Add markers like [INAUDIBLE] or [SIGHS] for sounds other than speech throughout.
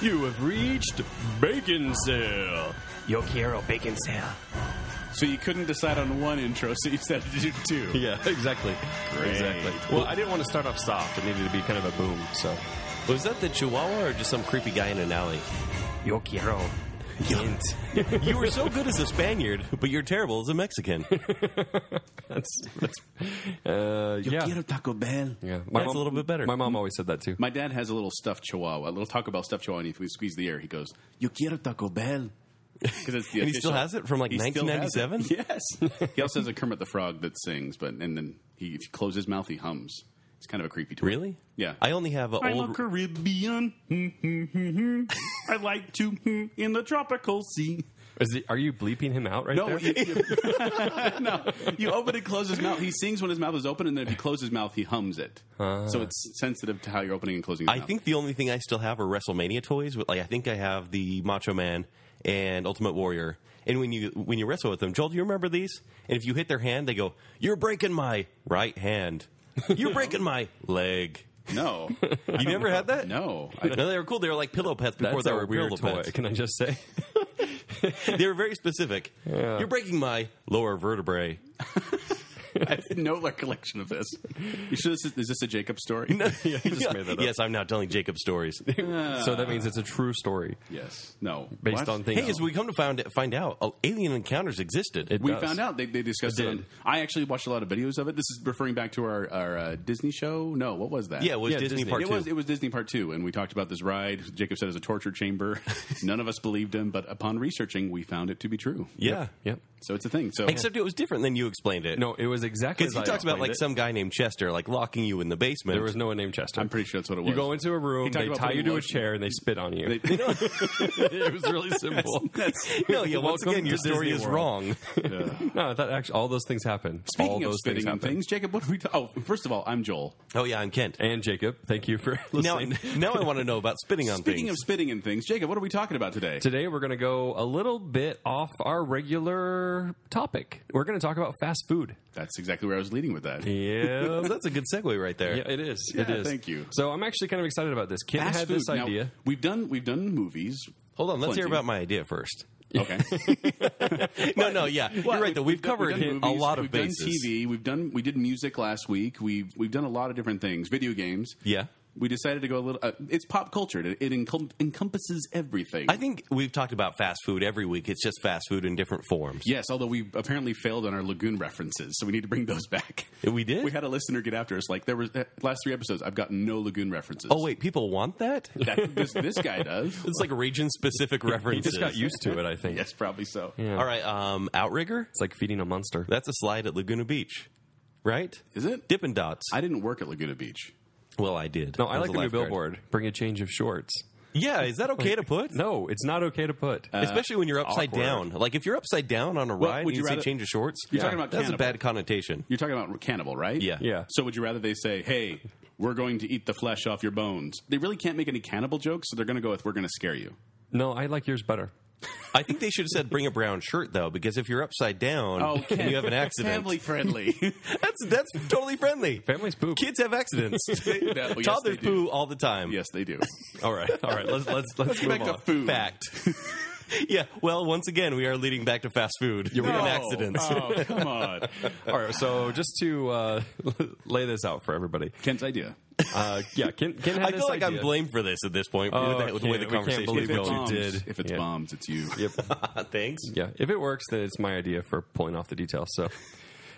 You have reached Bacon Sale. Yo quiero bacon sale. So you couldn't decide on one intro, so you decided to do [LAUGHS] two. Yeah, exactly. Great. Exactly. Well, I didn't want to start off soft. It needed to be kind of a boom. So, Was that the Chihuahua or just some creepy guy in an alley? Yo quiero. Quint. You were so good as a Spaniard, but you're terrible as a Mexican. that's, that's uh, Yo yeah. quiero Taco Bell. [LAUGHS] yeah. That's a little bit better. My mom always said that too. My dad has a little stuffed chihuahua, a little Taco Bell stuffed chihuahua, and if we squeeze the air, he goes, Yo quiero Taco [LAUGHS] Bell. Because it's the And he still official- has it from, like, He still has it. 1997? [LAUGHS] Yes. he also has a Kermit the Frog that sings, but and then he, if you close his mouth, he hums. It's kind of a creepy toy. Really? Yeah. I only have an I old. love Caribbean. Hmm, hmm, hmm, hmm. I like to hmm, in the tropical sea. Is he, are you bleeping him out right No, there? you, no, you [LAUGHS] open and close his mouth. He sings when his mouth is open, and then if you close his mouth, he hums it. Ah. So it's sensitive to how you're opening and closing. Your I mouth. think the only thing I still have are WrestleMania toys. With like, I think I have the Macho Man and Ultimate Warrior. And when you when you wrestle with them, Joel, do you remember these? And if you hit their hand, they go, "You're breaking my right hand. You're breaking my [LAUGHS] leg." no, You never had that? no. I, No, they were cool. They were like pillow pets That's before they a were weird pillow toy. pets. [LAUGHS] Can I just say? They were very specific. Yeah. You're breaking my lower vertebrae. I have no recollection of this. You sure this is, is this a Jacob story? [LAUGHS] yeah, you just made that up. Yes, I'm not telling Jacob [LAUGHS] stories. So that means it's a true story Yes. No. based What? on things. Hey, as we come to find find out, uh, alien encounters existed. It We does. found out they, they discussed It it. on- did. I actually watched a lot of videos of it. This is referring back to our, our uh, Disney show. No, what was that? yeah, it was Yeah, Disney, Disney. Part it Two. was it was Disney Part Two, and we talked about this ride. Jacob said it was a torture [LAUGHS] chamber. None of us believed him, but upon researching, we found it to be true. yeah, Yep. So it's a thing. So except it was different than you explained it. No, it was exactly because as he I talks about explained like it. some guy named Chester like locking you in the basement. There was no one named Chester. I'm pretty sure that's what it was. You go into a He room, talked they about tie putting you to a lotion- chair, and they spit on They- you. [LAUGHS] it [LAUGHS] was really simple. [LAUGHS] [LAUGHS] no, yeah, once Welcome again, to your story Disney is World. [LAUGHS] wrong. [LAUGHS] no, that actually all those things happen. all Speaking those of spitting on happen. things, Jacob, what are we? Ta- oh, first of all, I'm Joel. oh yeah, I'm Kent. And Jacob, thank you for [LAUGHS] Now, listening. [LAUGHS] now I want to know about spitting on Speaking things. of spitting and things, Jacob, what are we talking about today? Today we're going to go a little bit off our regular topic. We're going to talk about fast [LAUGHS] food. That's exactly where I was leading with that. Yeah. Well, [LAUGHS] that's a good segue right there. Yeah, it is. it Yeah, is. thank you. So I'm actually kind of excited about this. Kent Fast had food. this Now, idea. we've done we've done movies. Hold on, let's hear Plenty. about my [LAUGHS] idea first. [LAUGHS] Okay. No, no, yeah, you're right. Though we've done- covered done a movies, lot of we've done bases. TV. We've done we did music last week. We've we've done a lot of different things. Video games. Yeah. We decided to go a little. Uh, it's pop culture. It, it encom- encompasses everything. I think we've talked about fast food every week. It's just fast food in different forms. yes, although we apparently failed on our lagoon references, so we need to bring those back. We did. We had a listener get after us. Like there was uh, last three episodes. I've gotten no lagoon references. oh wait, people want [LAUGHS] that. that, this, this [LAUGHS] guy does. It's like region specific He references. just got used to it, I think. Yes, probably so. All right, um, outrigger. It's like feeding a monster. That's a slide at Laguna Beach, right? Is it? Dippin' Dots. I didn't work at Laguna Beach. well, I did. No, I was like a the new lifeguard. billboard. Bring a change of shorts. Yeah, is that okay to [LAUGHS] put? No, it's not okay to put. Especially when you're upside awkward. down. Like if you're upside down on a ride, would and you, you say rather- change of shorts. You're talking about that's cannibal. a bad connotation. You're talking about cannibal, right? Yeah. yeah. So would you rather they say, "Hey, we're going to eat the flesh off your bones"? They really can't make any cannibal jokes, so they're going to go with, "We're going to scare [LAUGHS] you." No, I like yours better. I think they should have said bring a brown shirt though, because if you're upside down and you have an accident, Oh, [LAUGHS] Family [LAUGHS] friendly. that's that's totally friendly. Families poop. Kids have accidents. yes, they Toddlers do. poo all the time. yes, they [LAUGHS] do. All right. All right. Let's let's let's, Let's get move back to on. food. Fact. [LAUGHS] yeah. Well, once again, we are leading back to fast food and No. accidents. Oh, come on. All right, so just to uh, [LAUGHS] lay this out for everybody, Kent's idea. uh, yeah, Ken, Ken had I this feel like idea. I'm blamed for this at this point Oh, with, the, with the way the Ken, we can't conversation believe is it. going. Bombs. Bombs. If it's Yeah. bombs, it's you. [LAUGHS] Thanks. Yeah, if it works, then it's my idea for pulling off the details. So,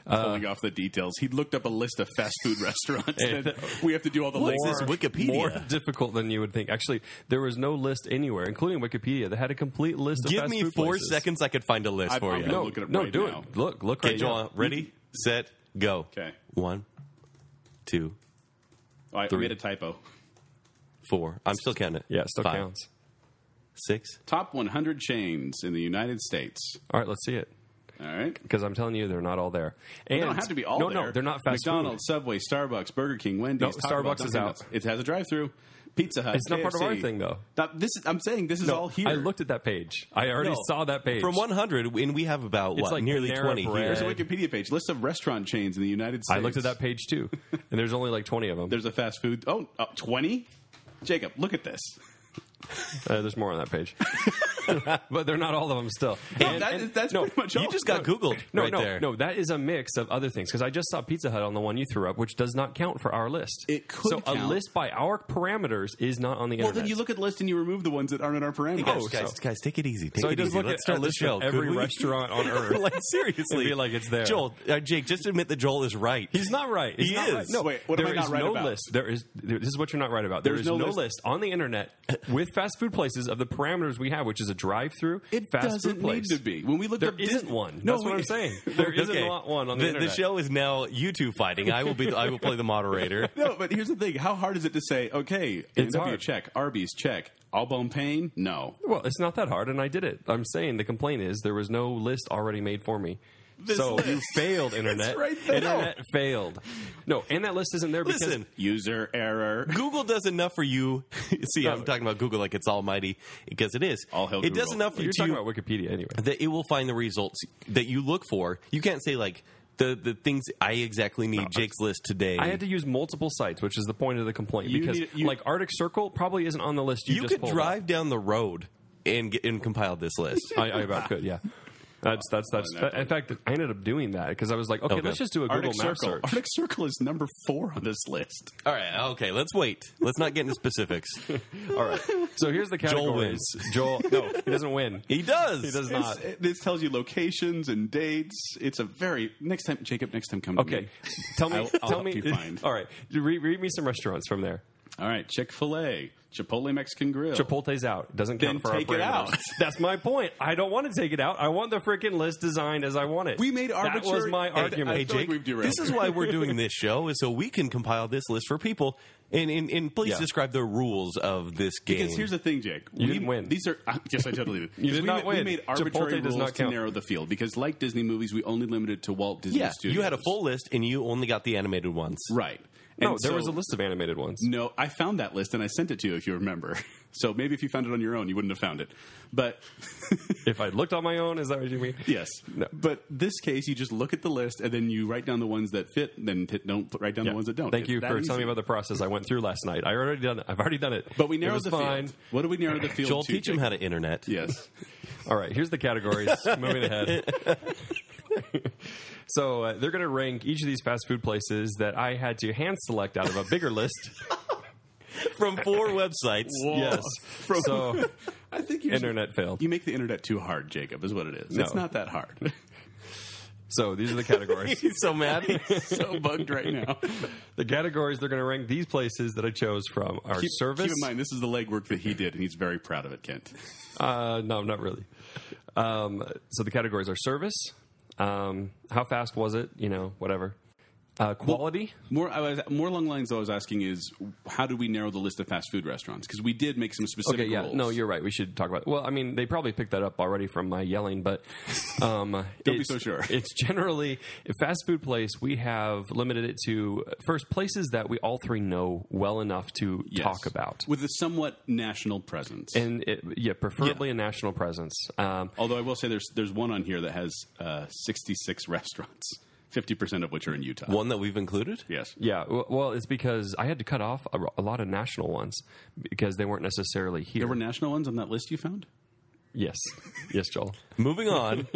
Pulling off the details. He looked up a list of fast food [LAUGHS] restaurants. and [LAUGHS] we have to do all the Is links. this Wikipedia? more difficult than you would think. Actually, there was no list anywhere, including Wikipedia, that had a complete list. of Give fast me food four places. seconds. I could find a list I- for I'm you. gonna No, look it up no, right do now. it. Look, look Okay, right Joel. now. Ready, set, go. Okay. One, two, Oh, I made a typo. four. I'm still counting it. Yeah, it still Five, counts. Six. Top 100 chains in the United States. All right, let's see it. All right. Because I'm telling you, they're not all there. And They don't have to be all No, there. no, they're not fast food. McDonald's, Subway, Starbucks, Burger King, Wendy's. No, Taco Bell, Starbucks is Dunkin' out. Donuts. It has a drive-through. Pizza Hut. It's not part of our KFC. thing, though. That- this is, I'm saying this is all here. I looked at that page. I already No. saw that page. From 100, and we have about what like nearly Panera 20 Bread. here. There's a Wikipedia page. List of restaurant chains in the United States. I looked at that page too, and there's only like 20 of them. There's a fast food. Oh, uh, 20? Jacob, look at this. Uh, there's more on [LAUGHS] that page, but they're not all of them still. No, that is- that's no, pretty much You all. just got Googled No, right no, there. no. That is a mix of other things because I just saw Pizza Hut on the one you threw up, which does not count for our list. It could so a count. list by our parameters is not on the Well, internet. then you look at the list and you remove the ones that aren't in our parameters. Guys, Oh, guys, so- guys, take it easy. Take so I it just easy. look Let's at start a the list show. of could every we? restaurant on earth. like seriously, And be like, it's there. [LAUGHS] Joel, uh, Jake, just admit that Joel is right. He's not right. He's He not Right. is. No, Wait, what am there I not is right no about? list. There is. There, this is what you're not right about. There There's is no no, list. list. on the internet with fast food places of the parameters we have, which is a drive-through It fast doesn't food place. need to be. When we look There up isn't Disney- one. No, That's what we- I'm saying. There isn't Okay. not one on the, the, internet. The show is now you two fighting. I will be. I will play the moderator. [LAUGHS] No, but here's the thing: how hard is it to say? Okay, It's NW hard. check, Arby's check, all bone pain. No, Well, it's not that hard, and I did it. I'm saying the complaint is there was no list already made for me. This so list. you [LAUGHS] failed, internet. right there. Internet failed. No, and that list isn't there [LAUGHS] because Listen, user error. Google does enough for you. [LAUGHS] See, I'm No. talking about Google like it's almighty because it is. All hail it does Google. enough for you're talking you about Wikipedia anyway. that it will find the results that you look for. You can't say like the the things I exactly need Jake's list today. I had to use multiple sites, which is the point of the complaint. You because need- you- like Arctic Circle probably isn't on the list. You, you just could pulled drive down the road and get, and compile this list. up. I, [LAUGHS] I about could. Yeah. That's that's that's. that in fact, I ended up doing that because I was like, okay, Okay. let's just do a Google Arctic Map Circle. search. Arctic Circle is number four on this list. All right, okay, let's wait. Let's not get [LAUGHS] into specifics. All right. So here's the categories. Joel Joel, wins. no, he [LAUGHS] doesn't win. He does. He does not. It's- it- this tells you locations and dates. It's a very next time, Jacob. Next time, come to Okay, me. tell me. I'll- I'll tell help me. you [LAUGHS] find. All right, You read, read me some restaurants from there. All right, Chick Fil A, Chipotle Mexican Grill, Chipotle's out. Doesn't count Oh. Then for our take it parameters. out. That's my point. I don't want to take it out. I want the freaking list designed as I want it. We made That was arbitrary- my Hey, I argument. feel like we've derailed this is here. [LAUGHS] why we're doing this show is so we can compile this list for people. And and, and please Yeah. describe the rules of this game. Because here's the thing, Jake. You we, didn't win. These are I yes, I totally did. [LAUGHS] You did we, not ma- We win. made arbitrary Chipotle does rules not to count. narrow the field because, like Disney movies, we only limited it to Walt Disney yeah, Studios. you had a full list and you only got the animated ones. right. no, And there so- was a list of animated ones. No, I found that list and I sent it to you if you remember. [LAUGHS] So maybe if you found it on your own, you wouldn't have found it. But [LAUGHS] If I looked on my own, is that what you mean? yes, No. but this case, you just look at the list and then you write down the ones that fit, and then hit, don't put, write down the ones that don't. Thank It's you that for easy. telling me about the process I went through last night. I already done. I've already done it. But we It narrowed was the fine. field. What do we narrow the field? Joel, to, teach him Jake? how to internet. Yes. [LAUGHS] All right, here's the categories. [LAUGHS] Moving ahead. [LAUGHS] so uh, they're going to rank each of these fast food places that I had to hand select out of a [LAUGHS] bigger list. From four [LAUGHS] websites. Yes. From- So [LAUGHS] I think you internet failed. You make the internet too hard, Jacob. Is what it is. No. It's not that [LAUGHS] hard. [LAUGHS] So these are the categories. He's so mad. [LAUGHS] so bugged right now. the categories they're going to rank these places that I chose from are Keep, service. keep in mind, this is the legwork that he did, and he's very proud of it, Kent. Uh, no, not really. Um, so the categories are service. Um, how fast was it? You know, whatever. Uh, quality. More, I was, more along the lines I was asking is how do we narrow the list of fast food restaurants? Because we did make some specific okay, yeah. rules. No, you're right. We should talk about. Well, I mean, they probably picked that up already from my yelling, but [LAUGHS] um, Don't be it's- so sure. It's generally a fast food place. We have limited it to first places that we all three know well enough to Yes. talk about. with a somewhat national presence. and it, yeah, preferably a national presence. Um, Although I will say there's there's one on here that has uh, 66 [LAUGHS] restaurants, 50 percent of which are in Utah. One that we've included? Yes. yeah, w- well, it's because I had to cut off a, a lot of national ones because they weren't necessarily here. There were national ones on that list you found. yes, [LAUGHS] yes, Joel. [LAUGHS] Moving on.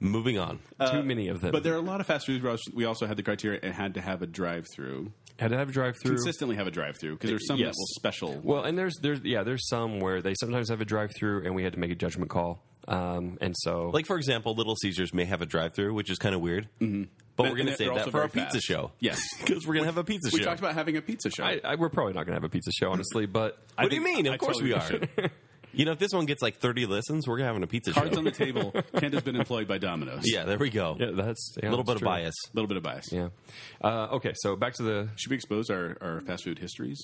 Moving on. Too many of them. But there are a lot of fast food restaurants. We also had the criteria it had to have a drive-through. had to have a drive-through. Consistently have a drive-through because there's some Yes. that will special. Well, and there's there's yeah, there's some where they sometimes have a drive through, and we had to make a judgment call. Um, and so Like, for example, Little Caesars may have a drive through, which is kind of weird. Mm-hmm. But we're And going to they're save also that for our very pizza fast. show. [LAUGHS] Yes. Because we're going to have a pizza we show. talked about having a pizza show. I, I, we're probably not going to have a pizza show, [LAUGHS] honestly. But what do you think- mean? Of I course totally [LAUGHS] we are. you know, if this one gets like 30 listens, we're going to have a pizza Cards show. on the table. Kent has been employed by Domino's. [LAUGHS] yeah, there we go. yeah, that's yeah, a little bit that's of true. bias. A little bit of bias. Yeah. Uh, okay, so back to the Should we expose our, our fast food histories?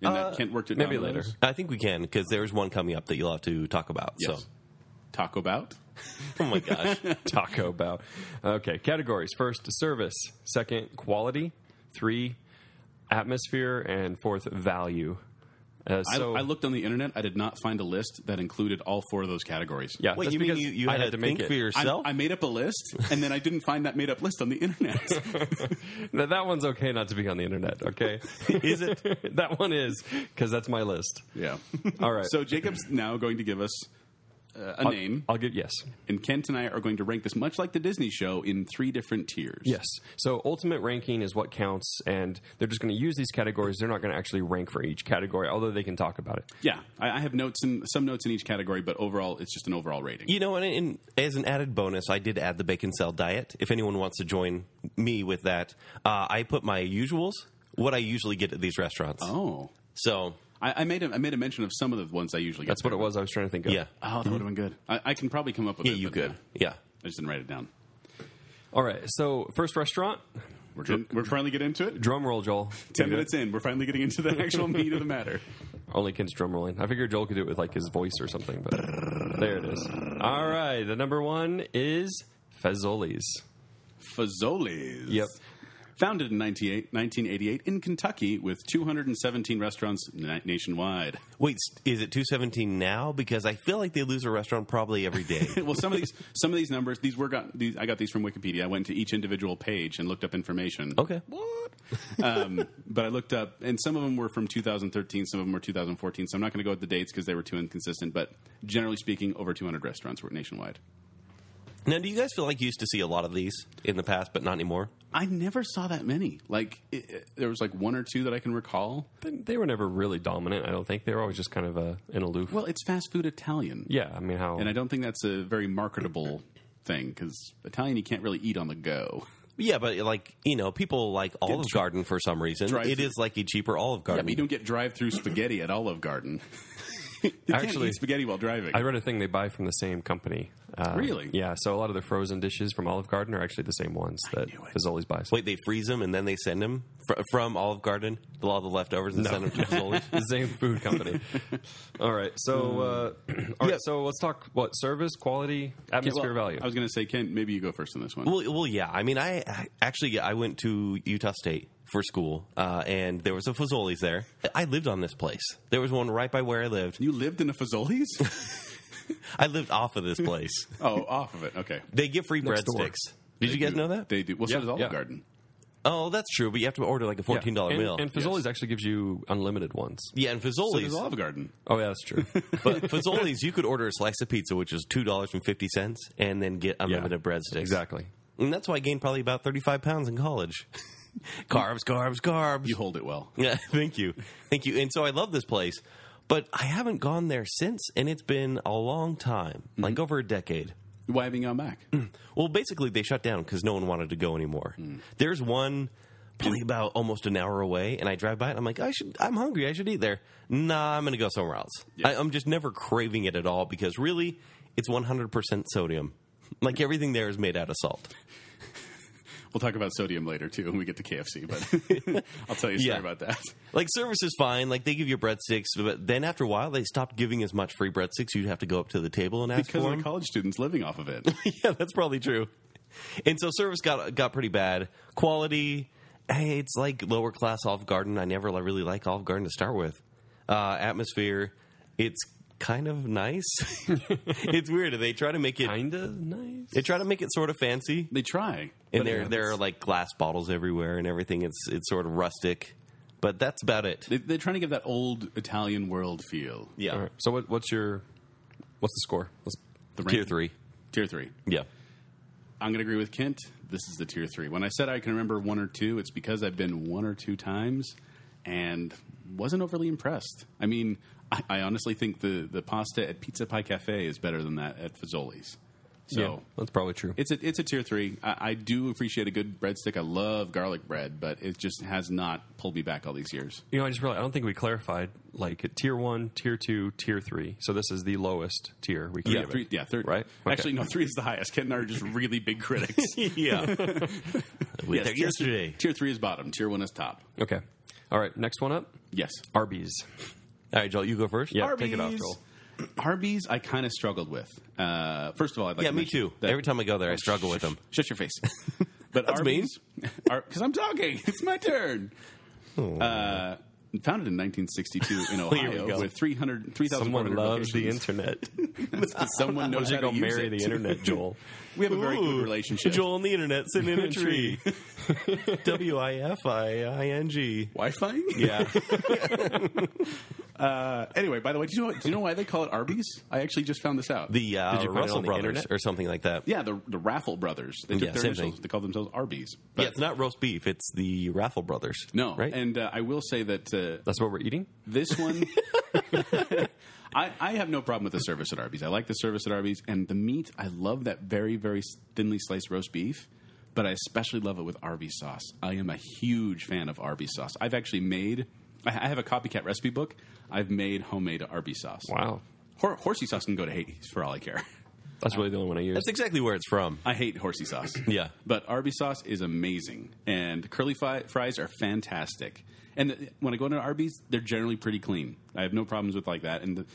And that Kent worked at Uh, maybe Um, Domino's. later. I think we can because there's one coming up that you'll have to talk about. Yes. So, Taco Bout. [LAUGHS] oh my gosh, [LAUGHS] Taco Bell. Okay, categories: first, service; second, quality; three, atmosphere; and fourth, value. Uh, I, so I looked on the internet. I did not find a list that included all four of those categories. yeah, Wait, that's you mean because you, you I had, had to to make think for it. I, yourself? I made up a list, and then I didn't find that made up list on the [LAUGHS] internet. Now, that one's okay not to be on the internet. [LAUGHS] Okay, Is it? [LAUGHS] that one is because that's my list. [LAUGHS] yeah. All right, So Jacob's now going to give us uh, a name, I'll give yes, and Kent and I are going to rank this much like the Disney show in three different tiers. yes. So ultimate ranking is what counts, and they're just going to use these categories. They're not going to actually rank for each category, although they can talk about it. Yeah, I, I have notes in some notes in each category, but overall, it's just an overall rating. You know, and, and as an added bonus, I did add the bacon cell diet. If anyone wants to join me with that, uh, I put my usuals, what I usually get at these restaurants. Oh, So, I, I made a, I made a mention of some of the ones I usually get. That's what it was. I was trying to think of. yeah. Oh, that would have been good. I, I can probably come up with Yeah, it. you but, could. uh, Yeah. I just didn't write it down. All right. So first restaurant. We're, getting, we're finally getting into it. Drum roll, Joel. Ten minutes in, we're finally getting into the actual meat of the matter. Only Ken's drum rolling. I figured Joel could do it with like his voice or something, but there it is. All right, the number one is Fazoli's. Fazoli's. Yep. Founded in 98 1988 in Kentucky with 217 restaurants na- nationwide. [LAUGHS] Wait, s- is it 217 now? Because I feel like they lose a restaurant probably every day. well, some of these some of these numbers these were got these I got these from Wikipedia. I went to each individual page and looked up information. okay. [LAUGHS] um, but I looked up, and some of them were from 2013, some of them were 2014. So I'm not going to go with the dates because they were too inconsistent. But generally speaking, over 200 restaurants were nationwide. Now, do you guys feel like you used to see a lot of these in the past, but not anymore? I never saw that many. Like it, it- there was like one or two that I can recall. They, they were never really dominant. I don't think they were always just kind of uh, an aloof. Well, it's fast food Italian, yeah, I mean how and I don't think that's a very marketable thing because Italian you can't really eat on the go. Yeah, but like you know, people like Olive Garden for some reason. drive It through. is like a cheaper Olive I Garden. mean, you don't get drive-through spaghetti at Olive Garden. [LAUGHS] you can't Actually- eat spaghetti while driving. I read a thing they buy from the same company. Uh, Really? Yeah. So a lot of the frozen dishes from Olive Garden are actually the same ones that knew it. Fazoli's buys. Wait, they freeze them and then they send them fr- from Olive Garden, all the leftovers, and send them to [LAUGHS] Fazoli's. [LAUGHS] the same food company. all right. So uh, all right. So let's talk what service, quality, atmosphere, Hmm. Well, value. I was going to say, Ken, maybe you go first on this one. Well, well, yeah. I mean, I, I actually I went to Utah State for school, uh, and there was a Fazoli's there. I lived on this place. There was one right by where I lived. you lived in a Fazoli's? I lived off [LAUGHS] of this place. oh, off of it. Okay. They give free Next door. breadsticks. Did you guys do. know that? They do. Well, so Yeah, does Olive yeah. Garden. oh, that's true. But you have to order like a Yeah. fourteen dollar and, meal. And Fazoli's actually gives you unlimited ones. yeah, and So Fazoli's. does Olive Garden. Oh yeah, that's [LAUGHS] true. But Fazoli's, you could order a slice of pizza, which is two dollars and fifty cents, and then get unlimited breadsticks. exactly. and that's why I gained probably about thirty-five pounds in college. [LAUGHS] carbs, carbs, carbs. You hold it well. [LAUGHS] Yeah, thank you, thank you. And so I love this place, but I haven't gone there since, and it's been a long time, like over a decade. Why haven't you gone back? Well, basically, they shut down because no one wanted to go anymore. There's one Hmm. probably about almost an hour away, and I drive by it. And I'm like, I should. I'm hungry. I should eat there. Nah, I'm going to go somewhere else. I, I'm just never craving it at all because really, it's 100 percent sodium. [LAUGHS] Like everything there is made out of salt. We'll talk about sodium later, too, when we get to KFC, but [LAUGHS] I'll tell you a story Yeah. about that. Like service is fine. Like they give you breadsticks, but then after a while, they stopped giving as much free breadsticks. You'd have to go up to the table and ask Because for of them. the college students living off of it. [LAUGHS] yeah, that's probably true. And so service got got pretty bad. Quality, hey, it's like lower class Olive Garden. I never li- really like Olive Garden to start with. Uh, atmosphere, it's kind of nice. [LAUGHS] it's weird. They try to make it. Kinda nice. They try to make it sort of fancy, They try. and But there yeah, there are like glass bottles everywhere and everything. It's it's sort of rustic, but that's about it. They, they're trying to give that old Italian world feel. Yeah, All right. So what, what's your what's the score? Let's, The tier rank- three. Tier three. Yeah, I'm going to agree with Kent. This is the tier three. When I said I can remember one or two, it's because I've been one or two times and wasn't overly impressed. I mean, I, I honestly think the, the pasta at Pizza Pie Cafe is better than that at Fazoli's. So yeah, that's probably true. it's a it's a tier three. I, I do appreciate a good breadstick. I love garlic bread, but it just has not pulled me back all these years. you know, I just realized I don't think we clarified like tier one, tier two, tier three. So this is the lowest tier we can Yeah, give three, it. yeah, third. Right? Okay. Actually, no, three is the highest. Kent and I are just really big critics. [LAUGHS] yeah. we were there tier- yesterday. Tier three is bottom. Tier one is top. Okay. All right. Next one up, Yes. Arby's. [LAUGHS] All right, Joel, you go first. Yeah, Arby's. take it off, Joel. Arby's, I kind of struggled with. Uh, first of all, I'd like yeah, to me mention too. that- Every time I go there, I struggle with Shh, them. Shut your face. But That's [LAUGHS] Arby's, because I'm talking. It's my turn. Uh, founded in 1962 in here we Ohio go. with 300 Someone 3,400 loves the locations. internet. [LAUGHS] [LAUGHS] Someone Why knows don't you how to go use marry it. the internet, Joel? We have a very Ooh, good relationship. Joel on the internet sitting [LAUGHS] in a tree. W I F I I N G. Wi-Fi. Yeah. Uh, anyway, by the way, do you know do you know why they call it Arby's? I actually just found this out. [LAUGHS] The uh, Did you find it Russell on the Brothers internet? or something like that. yeah, the the Raffle Brothers. They took Yeah, their same thing. initials. They called themselves Arby's. Yeah, it's not roast beef. It's the Raffle Brothers. No, right? and uh, I will say that uh, [LAUGHS] That's what we're eating. This [LAUGHS] one, [LAUGHS] I, I have no problem with the service at Arby's. I like the service at Arby's, and the meat. I love that very, very thinly sliced roast beef, but I especially love it with Arby's sauce. I am a huge fan of Arby's sauce. I've actually made. I I have a copycat recipe book. I've made homemade Arby's sauce. Wow, Hor- horsey sauce can go to Hades for all I care. [LAUGHS] that's really the only one I use. That's exactly where it's from. I hate horsey sauce. [CLEARS THROAT] Yeah. But Arby's sauce is amazing. And curly fi- fries are fantastic. And th- when I go into Arby's, they're generally pretty clean. I have no problems with like that. And the,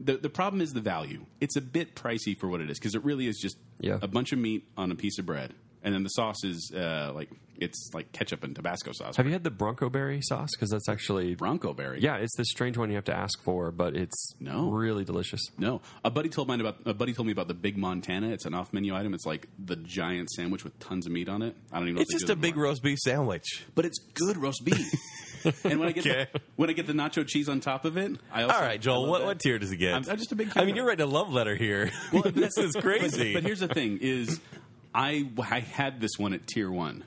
the, the problem is the value. It's a bit pricey for what it is because it really is just Yeah. a bunch of meat on a piece of bread. And then the sauce is uh, like, it's like ketchup and Tabasco sauce. Have you had the Bronco Berry sauce? Because that's actually Bronco berry. yeah, it's this strange one you have to ask for, but it's No. really delicious. No, a buddy told mine about a buddy told me about the Big Montana. It's an off-menu item. It's like the giant sandwich with tons of meat on it. I don't even. know if It's they do just it a big anymore. roast beef sandwich. but it's good roast beef. [LAUGHS] and when I get Okay. the, when I get the nacho cheese on top of it, I also, All right, Joel, I love what, that. what tier [LAUGHS] does it get? I'm, I'm just a big. Fan I mean, of you're it. writing a love letter here. [LAUGHS] [LAUGHS] this is crazy. But here's the thing: is I I had this one at tier one.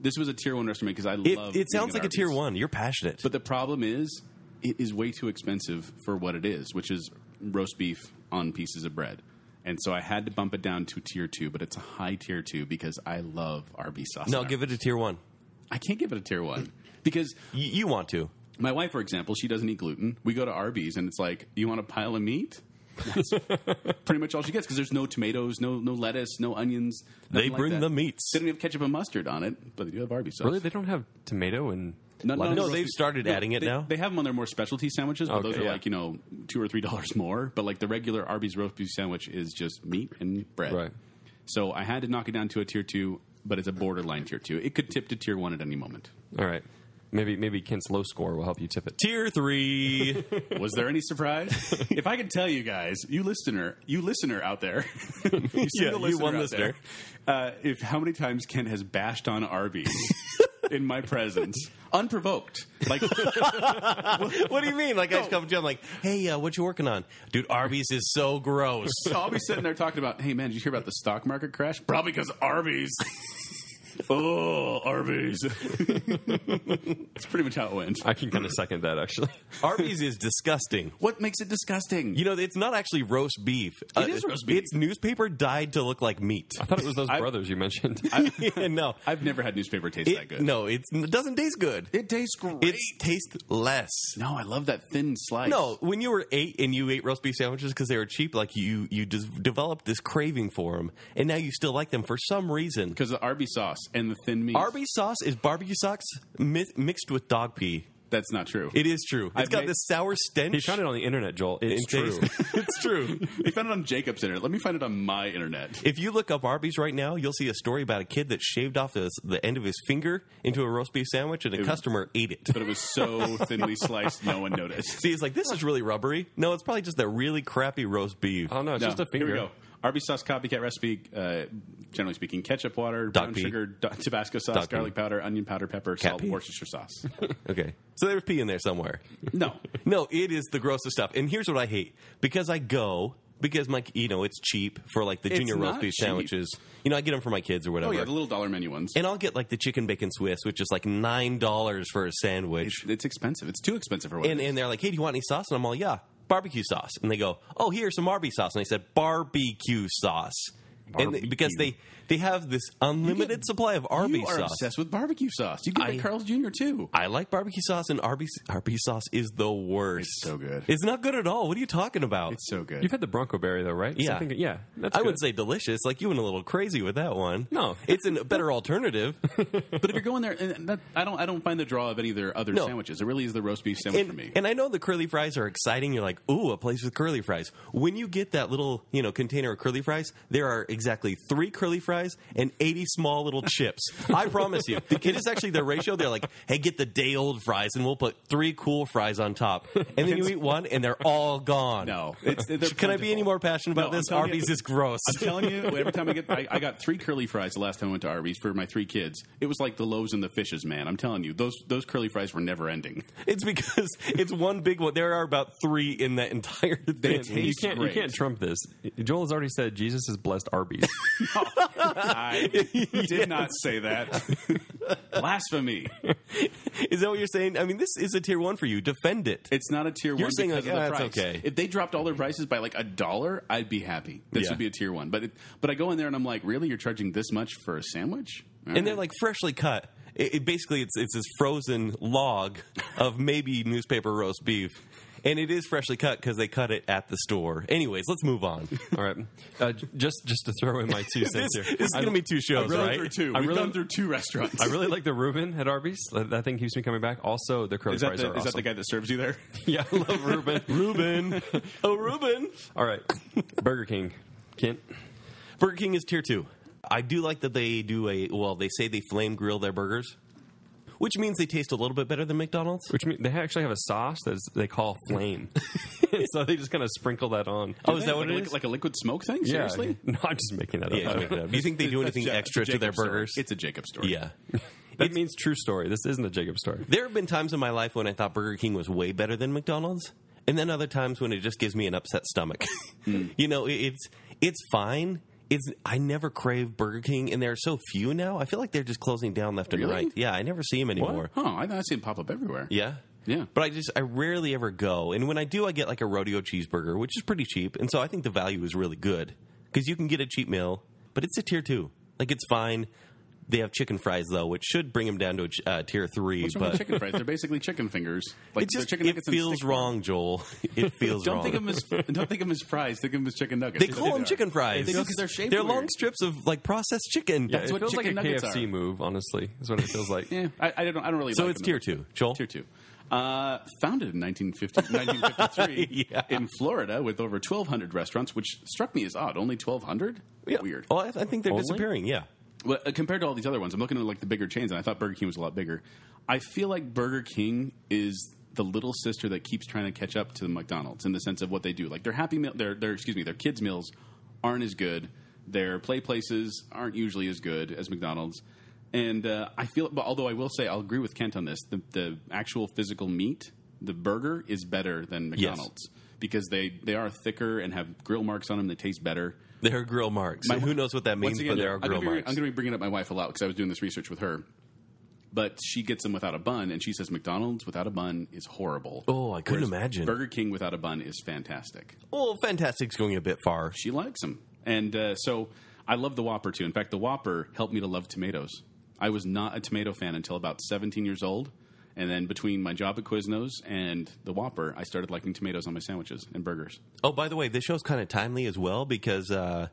This was a tier one restaurant because I it, love. it being sounds at like a tier Arby's. one. You're passionate. but the problem is it is way too expensive for what it is, which is roast beef on pieces of bread. And so I had to bump it down to tier two, but it's a high tier two because I love Arby's sauce. no, give it a tier one. I can't give it a tier one because Y- you want to. My wife, for example, she doesn't eat gluten. We go to Arby's and it's like, you want a pile of meat? That's pretty much all she gets because there's no tomatoes, no no lettuce, no onions. They nothing like bring that. the meats. They don't have ketchup and mustard on it, but they do have Arby's sauce. Really, they don't have tomato and Not- not lettuce? No, roast they've beef. started adding it they, now. They have them on their more specialty sandwiches, but Okay, those are yeah. like you know two or three [LAUGHS] dollars more. But like the regular Arby's roast beef sandwich is just meat and bread. Right. So I had to knock it down to a tier two, but it's a borderline tier two. It could tip to tier one at any moment. All right, maybe maybe Kent's low score will help you tip it. [LAUGHS] Tier three. Was there any [LAUGHS] surprise? if I could tell you guys, you listener, you listener out there, [LAUGHS] you, single you one out listener. there, uh, if how many times Kent has bashed on Arby's [LAUGHS] in my presence, unprovoked, [LAUGHS] like what do you mean? Like I just come to you, I'm like, hey, uh, what you working on, dude? Arby's is [LAUGHS] so gross. so I'll be sitting there talking about, hey man, did you hear about the stock market crash? Probably because Arby's. [LAUGHS] oh, Arby's. [LAUGHS] That's pretty much how it went. I can kind of second that actually. Arby's is disgusting. What makes it disgusting? You know, it's not actually roast beef. It is is roast beef. It's newspaper dyed to look [LAUGHS] like meat. [LAUGHS] I thought it was those I- brothers you mentioned. Yeah, no, I've never had newspaper taste that it, good. no, it's, it doesn't taste good. It tastes great. It tastes less. no, I love that thin slice. No, when you were eight and you ate roast beef sandwiches because they were cheap, like you you just developed this craving for them, and now you still like them for some reason. because the Arby's sauce and the thin meat. Arby's sauce is barbecue sauce mi- mixed with dog pee. That's not true. It is true. It's I've got made- this sour stench. You found it on the internet, Joel. It's It true. tastes- [LAUGHS] it's true. they found it on Jacob's internet. Let me find it on my internet. If you look up Arby's right now, you'll see a story about a kid that shaved off the, the end of his finger into a roast beef sandwich, and a customer ate it. [LAUGHS] But it was so thinly sliced, no one noticed. See, it's like this is really rubbery. No, it's probably just that really crappy roast beef. Oh no, it's No, just a finger. Here we go. Arby's sauce copycat recipe. Uh, generally speaking, ketchup water, Dog brown pee. sugar, do- Tabasco sauce, Dog pee. garlic powder, onion powder, pepper, salt, pee. Worcestershire sauce. [LAUGHS] Okay, so there's pee in there somewhere. [LAUGHS] no, Oh, No, it is the grossest stuff. And here's what I hate because I go because my you know it's cheap for like the It's junior roast not beef cheap. sandwiches. You know, I get them for my kids or oh whatever. yeah, the little dollar menu ones. and I'll get like the chicken bacon Swiss, which is like nine dollars for a sandwich. It's, it's expensive. It's too expensive for what. and it is. and they're like, "Hey, do you want any sauce?" And I'm all, "Yeah, barbecue sauce." And they go, "Oh, here's some barbie sauce." And I said, "Barbecue sauce," and they- because they they have this unlimited supply of Arby's you are sauce. obsessed with barbecue sauce. You get it I- at Carl's Jr. too. I like barbecue sauce, and Arby's Arby's sauce is the worst. It's so good. It's not good at all. What are you talking about? It's so good. You've had the Bronco Berry though, right? Yeah. Something- yeah. That's I good. would say delicious. Like you went a little crazy with that one. No. it's an- a [LAUGHS] better alternative. but if you're going there, and that, I don't, I don't find the draw of any of their other No. sandwiches. It really is the roast beef sandwich for me. and, and I know the curly fries are exciting. You're like, ooh, a place with curly fries. When you get that little, you know, container of curly fries, there are exactly three curly fries and 80 small little chips. I promise you. It is actually their ratio. They're like, hey, get the day old fries and we'll put three cool fries on top. And then you eat one and they're all gone. No, it's, they're Can I be any plentiful. more passionate about No, I'm this? telling you- Arby's is gross. I'm telling you, every time I get, I, I got three curly fries the last time I went to Arby's for my three kids. It was like the loaves and the fishes, man. I'm telling you, those those curly fries were never ending. It's because [LAUGHS] it's one big one. There are about three in that entire thing. They You taste can't, you great. can't trump this. Joel has already said Jesus has blessed [LAUGHS] Arby's. I [LAUGHS] did not say that. Blasphemy. Is that what you're saying? I mean, this is a tier one for you. Defend it. It's not a tier one. saying, because uh, like, of the "Ah, it's price. okay." If they dropped all their prices by like a dollar, I'd be happy. This Yeah. would be a tier one. But it, but I go in there and I'm like, really, you're charging this much for a sandwich? All and they're right. like freshly cut. It, it basically it's it's this frozen log of maybe newspaper roast beef, and it is freshly cut because they cut it at the store. Anyways, let's [LAUGHS] move on. All right, uh, j- just just to throw in my two [LAUGHS] this, cents this here. is going to be two shows, We've gone right? through two. I We've really- gone through two restaurants. I really like the Reuben at Arby's. That, that thing keeps me coming back. Also, the curly is that, fries the, are is awesome. that the guy that serves you [LAUGHS] there? Yeah, I [LAUGHS] love Reuben. Reuben, [LAUGHS] oh Reuben, All right, Burger King, Kent. Burger King is tier two. I do like that they do a well. They say they flame grill their burgers, which means they taste a little bit better than McDonald's. Which mean, they actually have a sauce that they call flame. [LAUGHS] so they just kind of sprinkle that on. Oh, is that what like, a it liquid- is? Like a liquid smoke thing? Yeah. Seriously? [LAUGHS] No, I'm just making that up. [LAUGHS] Yeah, it's Do you think they do That's anything Ja- extra to their Jacob's story. burgers? It's a Jacob story. Yeah. That means true story. This isn't a Jacob story. There have been times in my life when I thought Burger King was way better than McDonald's, and then other times when it just gives me an upset stomach. [LAUGHS] Hmm. You know, it- it's it's fine. It's I never crave Burger King, and there are so few now. I feel like they're just closing down left and Really? right. Yeah, I never see them anymore. Oh, I, I see them pop up everywhere. Yeah. Yeah. But I just I rarely ever go, and when I do, I get like a rodeo cheeseburger, which is pretty cheap, and so I think the value is really good because you can get a cheap meal, but it's a tier two, like it's fine. They have chicken fries though, which should bring them down to a ch- uh, tier three. What's wrong but with chicken fries? They're basically chicken [LAUGHS] fingers. Like it they're just chicken it nuggets in feels stick- wrong, Joel. [LAUGHS] It feels Don't wrong. think of [LAUGHS] them as don't think of them as fries. Think of them as chicken nuggets. they call them chicken fries They do because they're shaped. They're weird. long strips of like processed chicken. Yeah, That's it what feels like a chicken nuggets KFC are. move, honestly. That's what it [LAUGHS] feels like. Yeah, I, I don't. I don't really. so like it's them. tier two, Joel. Tier two. Uh, founded in [LAUGHS] 1950, 1953 Yeah. in Florida with over 1,200 restaurants, which struck me as odd. Only 1,200? Yeah. Weird. Well, I, I think they're Only? disappearing. Yeah. Well, uh, compared to all these other ones, I'm looking at like the bigger chains, and I thought Burger King was a lot bigger. I feel like Burger King is the little sister that keeps trying to catch up to the McDonald's in the sense of what they do. Like their Happy Meal, their their excuse me, their kids meals aren't as good. Their play places aren't usually as good as McDonald's. And uh, I feel, but although I will say, I'll agree with Kent on this. The, the actual physical meat, the burger, is better than McDonald's because they they are thicker and have grill marks on them. They taste better. There are grill marks. My- Who knows what that means? Once again, but there are I'm gonna grill be- marks. I'm going to be bringing up my wife a lot because I was doing this research with her. But she gets them without a bun, and she says McDonald's without a bun is horrible. Oh, I couldn't imagine. Burger King without a bun is fantastic. well, fantastic's going a bit far. She likes them, and uh, so I love the Whopper too. In fact, the Whopper helped me to love tomatoes. I was not a tomato fan until about 17 years old, and then between my job at Quiznos and the Whopper, I started liking tomatoes on my sandwiches and burgers. Oh, by the way, this show's kind of timely as well because uh,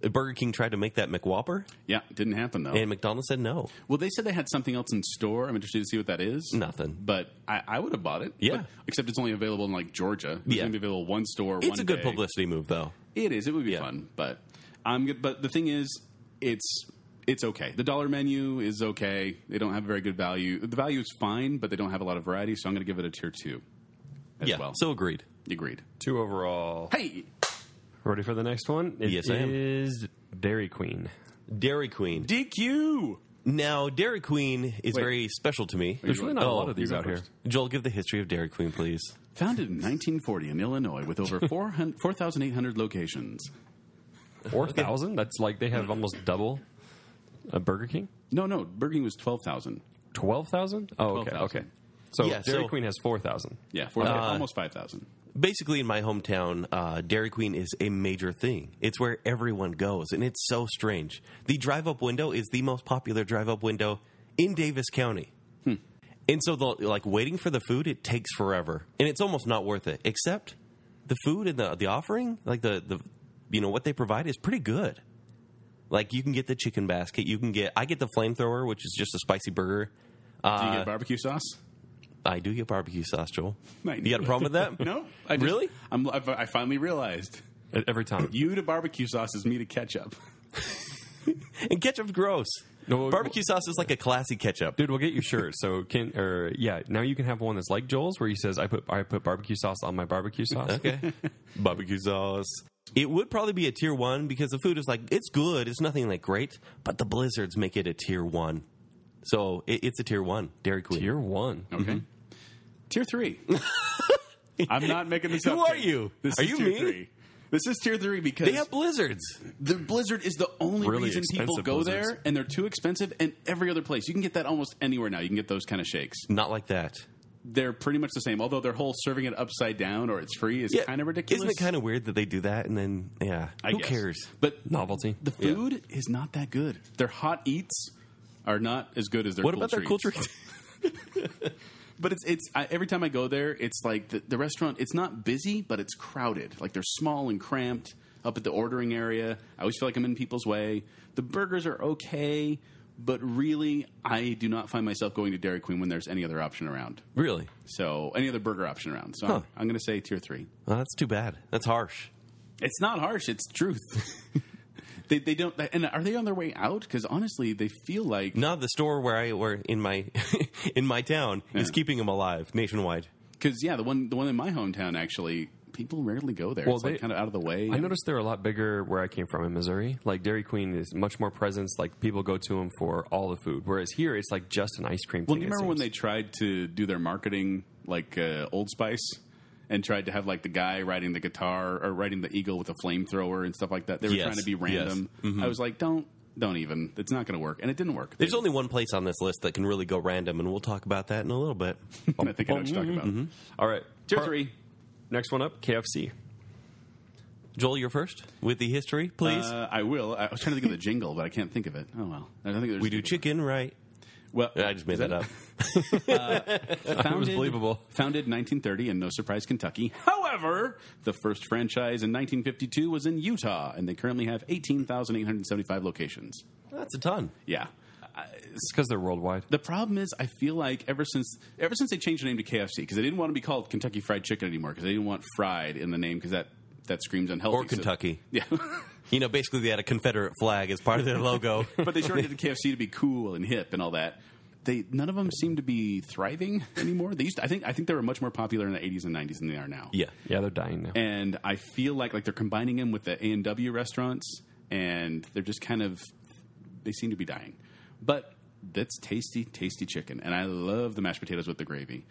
Burger King tried to make that McWhopper, Yeah, didn't happen though. and McDonald's said no. Well, they said they had something else in store. I'm interested to see what that is. Nothing. But I, I would have bought it. Yeah. But- except it's only available in like Georgia. It's Yeah. going to be available one store. It's one a good day. publicity move, though. It is. It would be Yeah. fun. But I'm. good- But the thing is, it's it's okay. The dollar menu is okay. They don't have very good value. The value is fine, but they don't have a lot of variety. So I'm going to give it a tier two. As yeah. Well. So agreed. agreed. Two overall. Hey. Ready for the next one? It Yes, I am. is Dairy Queen. Dairy Queen. DQ. Now, Dairy Queen is Wait. very special to me. There's really not a Oh, lot of these you go out here. first. Joel, give the history of Dairy Queen, please. Founded in 1940 in Illinois with [LAUGHS] over 400 4,800 locations. [LAUGHS] Four thousand? That's like they have almost double a Burger King. No, no, Burger King was 12,000. Twelve thousand? Oh, okay, 12,000. okay. So Yeah, Dairy so- Queen has four thousand. Yeah, 4, Uh, almost 5,000. Basically, in my hometown, uh, Dairy Queen is a major thing. It's where everyone goes, and it's so strange. The drive up window is the most popular drive up window in Davis County. Hmm. And so, the, like, waiting for the food, it takes forever. And it's almost not worth it, except the food and the, the offering, like, the, the, you know, what they provide is pretty good. Like, you can get the chicken basket. You can get, I get the flamethrower, which is just a spicy burger. Do uh, you get barbecue sauce? I do get barbecue sauce, Joel. Mine. You got a problem with [LAUGHS] that? No, I just, Really? I'm, I've, I finally realized E-, Every time. you to barbecue sauce is me to ketchup. and ketchup's gross. No, Barbecue sauce is like a classy ketchup. Dude, we'll get you shirts. So can or yeah, now you can have one that's like Joel's, where he says, "I put I put barbecue sauce on my barbecue sauce." Okay. Barbecue sauce. It would probably be a tier one because the food is like, it's good. It's nothing like great, but the blizzards make it a tier one. So it, it's a tier one, Dairy Queen. Tier one. Okay. Mm-hmm. Tier [LAUGHS] three. I'm not making this Who up. are Kate. you? This Are is you tier me? three. This is tier three because They have blizzards. the Blizzard is the only Really reason people expensive go blizzards. there, and they're too expensive. And every other place, you can get that almost anywhere now. You can get those kind of shakes. Not like that. They're pretty much the same, although their whole serving it upside down or it's free is kind of ridiculous. Isn't it kind of weird that they do that and then, yeah. I Who guess. cares? But Novelty. the food is not that good. Their hot eats are not as good as their. What cool about their treats. cool treats? [LAUGHS] But it's it's I, every time I go there, it's like the, the restaurant. It's not busy, but it's crowded. Like they're small and cramped up at the ordering area. I always feel like I'm in people's way. The burgers are okay, but really, I do not find myself going to Dairy Queen when there's any other option around. really? So any other burger option around. So I'm, I'm going to say tier three. Well, that's too bad. That's harsh. It's not harsh. It's [LAUGHS] truth. they they don't. And are they on their way out? Because honestly, they feel like Now the store where I were in my [LAUGHS] in my town is Yeah. keeping them alive nationwide. Because yeah, the one the one in my hometown actually, people rarely go there. Well, it's like they- kind of out of the way. [LAUGHS] I noticed they're a lot bigger where I came from in Missouri. Like Dairy Queen is much more presence. Like people go to them for all the food, whereas here it's like just an ice cream. Well, thing, do you it remember when they seems. tried to do their marketing like uh, Old Spice and tried to have like the guy riding the guitar or riding the eagle with a flamethrower and stuff like that? They were Yes. Mm-hmm. trying to be random. I was like, don't, don't even. It's not going to work, and it didn't work. There's only one place on this list that can really go random, and we'll talk about that in a [LAUGHS] little bit. I think I know what you're talking about. Mm-hmm. All right, Tier Par- three, Next one up, KFC. Joel, you're first with the history, please. Uh, I will. I was trying to think of the jingle, but I can't think of it. Oh well, I don't think there's we do chicken, right? Well, I just made is that up. founded, believable. Founded 1930 in No Surprise, Kentucky. However, the first franchise in 1952 was in Utah, and they currently have 18,875 locations. [LAUGHS] That's a ton. Yeah. It's because they're worldwide. The problem is, I feel like ever since ever since they changed the name to KFC because they didn't want to be called Kentucky Fried Chicken anymore because they didn't want fried in the name because that that screams unhealthy. Or So- Kentucky. [LAUGHS] yeah. You know, basically they had a Confederate flag as part of their [LAUGHS] logo. but they shortened it to KFC to be cool and hip and all that. They none of them seem to be thriving anymore. They used to- I think I think they were much more popular in the 80s and 90s than they are now. yeah. Yeah, they're dying now. and I feel like like they're combining them with the A and W restaurants, and they're just kind of they seem to be dying. But that's tasty, tasty chicken, and I love the mashed potatoes with the gravy,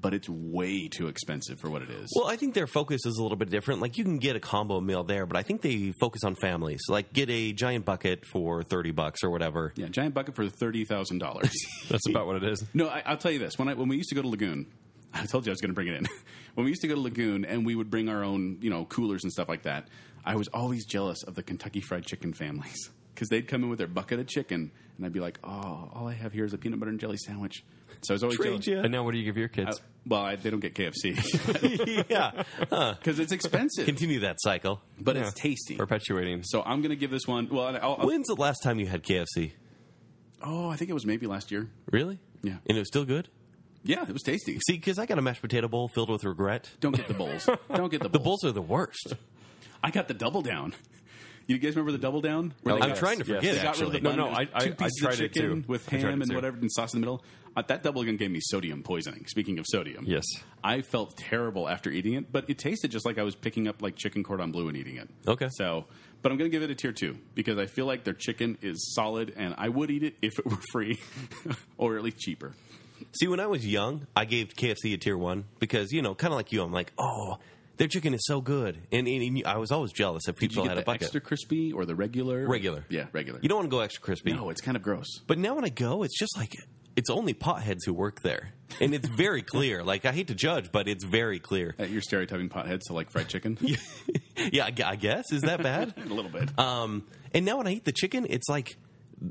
but it's way too expensive for what it is. Well, I think their focus is a little bit different. Like you can get a combo meal there, but I think they focus on families. Like get a giant bucket for thirty bucks or [LAUGHS] whatever. [LAUGHS] yeah, giant bucket for thirty thousand dollars. That's about what it is. No, I, I'll tell you this: when I when we used to go to Lagoon, [LAUGHS] I told you I was going to bring it in. [LAUGHS] when we used to go to Lagoon, and we would bring our own, you know, coolers and stuff like that. I was always jealous of the Kentucky Fried Chicken families [LAUGHS] because they'd come in with their bucket of chicken, and I'd be like, "Oh, all I have here is a peanut butter and jelly sandwich." So I was always Trade jealous. Uh, ya. And now, what do you give your kids? Well, I, they don't get [LAUGHS] KFC yeah. because it's expensive, Continue that cycle. but Yeah. it's tasty. Perpetuating. So I'm going to give this one. Well, I'll, I'll, When's the last time you had KFC? oh, I think it was maybe last year. Really? Yeah. And it was still good? Yeah, it was tasty. See, because I got a mashed potato bowl filled with regret. Don't get the bowls. Don't get the bowls. The bowls are the worst. I got the double down. [LAUGHS] You guys remember the double down? Where they I'm got- trying to yes, forget, they They got rid of actually. the bun. No, no, It was I- I- two I pieces tried of it, chicken too. with I tried ham it, and too. whatever and sauce in the middle. Uh, that double gun gave me sodium poisoning. Speaking of sodium, Yes. I felt terrible after eating it, but it tasted just like I was picking up like chicken cordon bleu and eating it. Okay. so but I'm going to give it a tier two because I feel like their chicken is solid, and I would eat it if it [LAUGHS] were free or at least cheaper. See, when I was young, I gave KFC a tier one because, you know, kind of like you, I'm like, oh, their chicken is so good. And, and, and I was always jealous if Did you people get had the a bucket. extra crispy or the regular? Regular. yeah, regular. You don't want to go extra crispy. no, it's kind of gross. But now when I go, it's just like, it's only potheads who work there. And it's [LAUGHS] very clear. Like, I hate to judge, but it's very clear. Uh, You're stereotyping potheads to like fried [LAUGHS] chicken. yeah, I gu- I guess. Is [LAUGHS] that bad? a little bit. Um, and now when I eat the chicken, it's like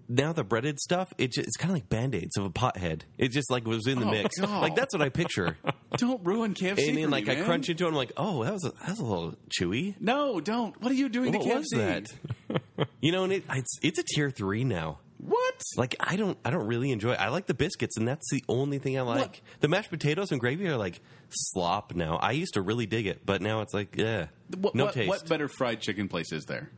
now the breaded stuff. It ju- it's kind of like band aids of a pothead. It just like was in the Oh, mix. God. Like that's what I picture. don't ruin KFC. and for then like me, I man. crunch into it, I'm like, oh, that was a, that was a little chewy. No, don't. What are you doing What to KFC? was [LAUGHS] that? You know, and it, it's it's a tier three now. What? Like I don't I don't really enjoy. It. I like the biscuits, and that's the only thing I like. The mashed potatoes and gravy are like slop now. I used to really dig it, but now it's like yeah, What, no what, taste. what better fried chicken place is there?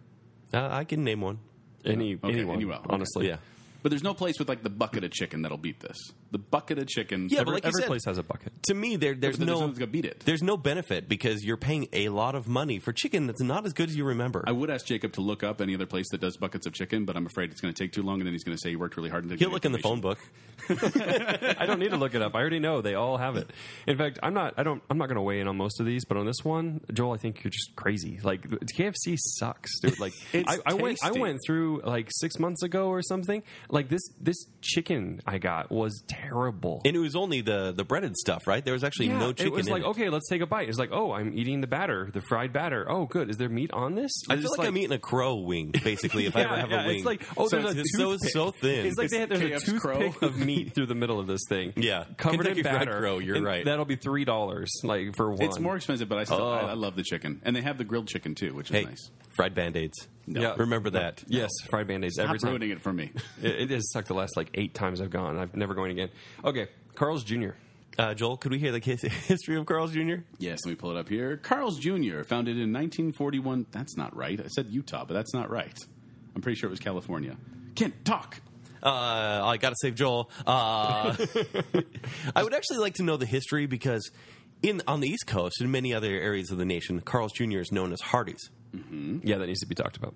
Uh, I can name one. Any Okay, anyone, any- well, okay. honestly. Yeah. But there's no place with like the bucket of chicken that'll beat this. The bucket of chicken. Yeah, Every, but like you every said- place has a bucket. To me, there, there's But then no one's gonna beat it. there's no benefit because you're paying a lot of money for chicken that's not as good as you remember. I would ask Jacob to look up any other place that does buckets of chicken, but I'm afraid it's going to take too long, and then he's going to say he worked really hard. and didn't He'll get look in the phone information. book. [LAUGHS] I don't need to look it up. I already know they all have it. In fact, I'm not. I don't. I'm not going to weigh in on most of these, but on this one, Joel, I think you're just crazy. Like KFC sucks, dude. Like It's I, I went. I tasty. went through like six months ago or something. Like this. This chicken I got was terrible. And it was only the, the breaded stuff, right? There was actually Yeah, no chicken. It was in like okay, let's take a bite. It's like oh, I'm eating the batter, the fried batter. Oh, good. Is there meat on this? I It's feel like, I'm eating a crow wing, basically, if I ever [LAUGHS] Yeah, have yeah, a wing. It's like oh, so there's a it's so, toothpick. so thin. It's like they had, there's a It's toothpick KF's crow. of meat through the middle of this thing. [LAUGHS] Yeah. covered Kentucky in Fried batter. Crow, you're and right. That'll be three dollars, like for one. It's more expensive, but I still I, I love the chicken, and they have the grilled chicken too, which is hey, nice. fried band-aids. Yeah. Remember that. [LAUGHS] Yes, fried band aids every Stop time. ruining it for me. It, it has sucked the last like eight times I've gone. I'm never going again. Okay, Carl's Jr. Uh, Joel, could we hear the his- [LAUGHS] history of Carl's Jr.? yes, let me pull it up here. Carl's Jr. founded in 1941. That's not right. I said Utah, but that's not right. I'm pretty sure it was California. Kent, talk. uh, I gotta save Joel. Uh, [LAUGHS] I would actually like to know the history because in on the East Coast and many other areas of the nation, Carl's Jr. is known as Hardee's. Mm-hmm. Yeah, that needs to be talked about.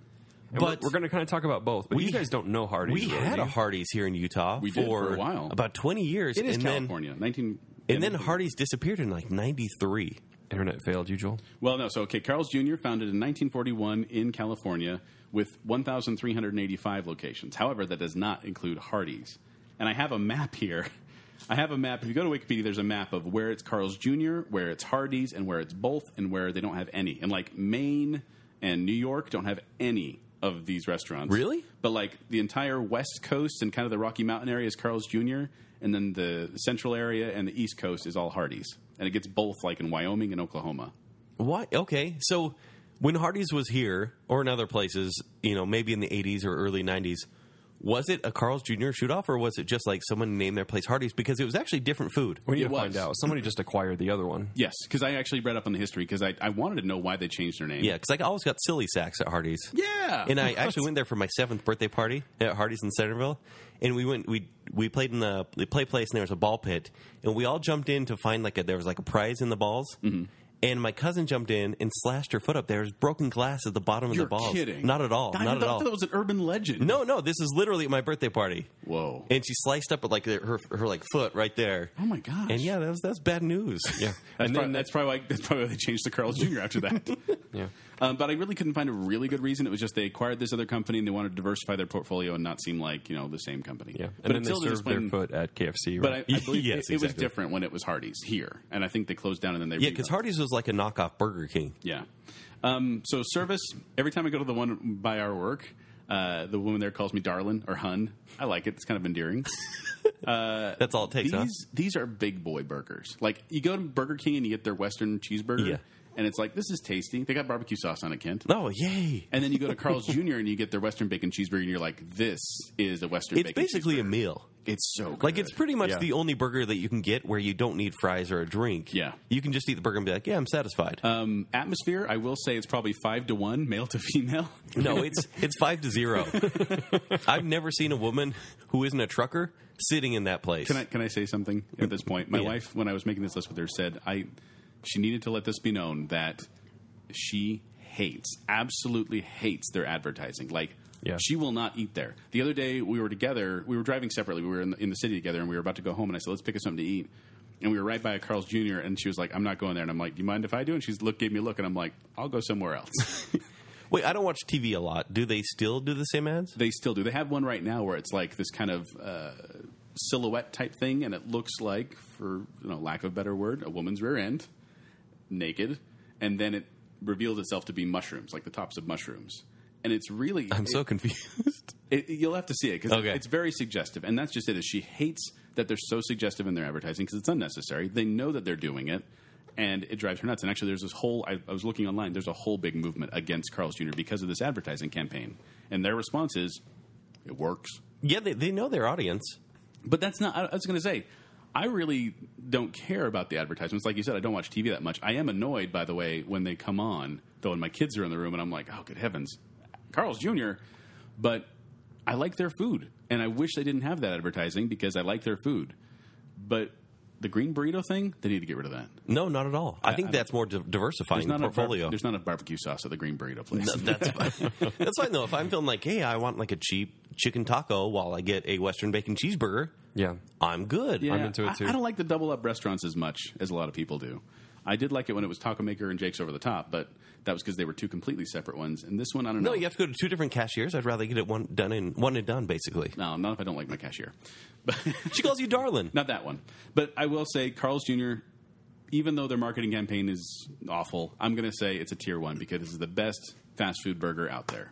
And But- we're, going to kind of talk about both. But We- you guys don't know Hardee's. We really, had do a you? Hardee's here in Utah eh? We for, did for a while. about twenty years. It is and California. 19. Then, and then Hardee's disappeared in like '93. internet failed you, Joel. Well, no. So, okay, Carl's Jr. founded in 1941 in California with 1,385 locations. However, that does not include Hardee's. And I have a map here. I have a map. If you go to Wikipedia, there's a map of where it's Carl's Jr., where it's Hardee's, and where it's both, and where they don't have any. And like Maine and New York don't have any of these restaurants. Really? But like the entire West Coast and kind of the Rocky Mountain area is Carl's Jr., and then the Central area and the East Coast is all Hardee's. And it gets both like in Wyoming and Oklahoma. What? Okay, so when Hardee's was here or in other places, you know, maybe in the '80s or early '90s. Was it a Carl's Jr. shoot off, or was it just like someone named their place Hardee's? Because it was actually different food. We need It to find was. out. Somebody just acquired the other one. Yes, because I actually read up on the history because I, I wanted to know why they changed their name. Yeah, because I always got silly sacks at Hardee's. Yeah. And I actually went there for my seventh birthday party at Hardee's in Centerville, and we went we we played in the, the play place, and there was a ball pit, and we all jumped in to find like a, there was like a prize in the balls, Mm-hmm. and my cousin jumped in and slashed her foot up. There was broken glass at the bottom of You're the balls. kidding. Not at all. I not thought at all. that was an urban legend. no, no, this is literally at my birthday party, Whoa. and she sliced up at like her her like foot right there, oh my gosh. and yeah, that was that's bad [LAUGHS] news. Yeah, That's, and probably, then that's, probably why, that's probably why they changed to Carl's Jr. after that. [LAUGHS] yeah. um, but I really couldn't find a really good reason. It was just they acquired this other company and they wanted to diversify their portfolio and not seem like, you know, the same company. Yeah, and but then they until this served their point- foot at KFC. But I, Right? [LAUGHS] I believe Yes, it, it was exactly. different when it was Hardee's here. And I think they closed down and then they yeah, because rebuilt. Hardee's was like a knockoff Burger King. Yeah. Um, so service. Every time I go to the one by our work, uh, the woman there calls me darling or hun. I like it. It's kind of endearing. That's all it takes. Uh, these huh? these are big boy burgers. Like you go to Burger King and you get their Western cheeseburger, Yeah. and it's like this is tasty. They got barbecue sauce on it, Kent. Oh, yay! And then you go [LAUGHS] to Carl's Jr. and you get their Western bacon cheeseburger, and you're like, this is a Western. It's bacon basically a meal. cheeseburger. it's so good. Like it's pretty much Yeah. the only burger that you can get where you don't need fries or a drink. Yeah. you can just eat the burger and be like, "Yeah, I'm satisfied." um, atmosphere. I will say it's probably five to one, male to female. [LAUGHS] no, it's it's five to zero. I've never seen a woman who isn't a trucker sitting in that place. Can I can I say something at this point? My Yeah. wife, when I was making this list with her, said I she needed to let this be known that she hates, absolutely hates their advertising. Like Yeah. she will not eat there. The other day we were together, we were driving separately. We were in the, in the city together, and we were about to go home. And I said, "Let's pick up something to eat." And we were right by a Carl's Jr. And she was like, "I'm not going there." And I'm like, "Do you mind if I do?" And she's look gave me a look, and I'm like, "I'll go somewhere else." Wait, I don't watch TV a lot. Do they still do the same ads? they still do. They have one right now where it's like this kind of uh, silhouette type thing, and it looks like, for you know, lack of a better word, a woman's rear end, naked, and then it reveals itself to be mushrooms, like the tops of mushrooms. And it's really I'm so confused. it, it- you'll have to see it because Okay. it's very suggestive, and that's just it. Is she hates that they're so suggestive in their advertising because it's unnecessary. They know that they're doing it, and it drives her nuts. And actually, there's this whole. I, I was looking online. There's a whole big movement against Carl's Jr. because of this advertising campaign, and their response is, "It works." yeah, they they know their audience. But that's not. I I was going to say, I really don't care about the advertisements. Like you said, I don't watch TV that much. I am annoyed, by the way, when they come on, though. When my kids are in the room, and I'm like, oh, good heavens, Carl's Jr. But I like their food, and I wish they didn't have that advertising because I like their food. But the green burrito thing, they need to get rid of that. No, not at all. I, think I- that's more di- diversifying the not a barb- portfolio. there's not a barbecue sauce at the green burrito place. No, [LAUGHS] that's fine. [LAUGHS] that's fine though. If I'm feeling like, hey, I want like a cheap chicken taco while I get a Western bacon cheeseburger, Yeah. I'm good. Yeah, I'm into it, I- too. I, don't like the double up restaurants as much as a lot of people do. I did like it when it was Taco Maker and Jake's Over the Top, but that was because they were two completely separate ones. And this one, I don't No, know. you have to go to two different cashiers. I'd rather get it one done in one and done, basically. [LAUGHS] no, not if I don't like my cashier, [LAUGHS] but She calls you darling. not that one. But I will say, Carl's Jr. Even though their marketing campaign is awful, I'm going to say it's a tier one because this is the best fast food burger out there.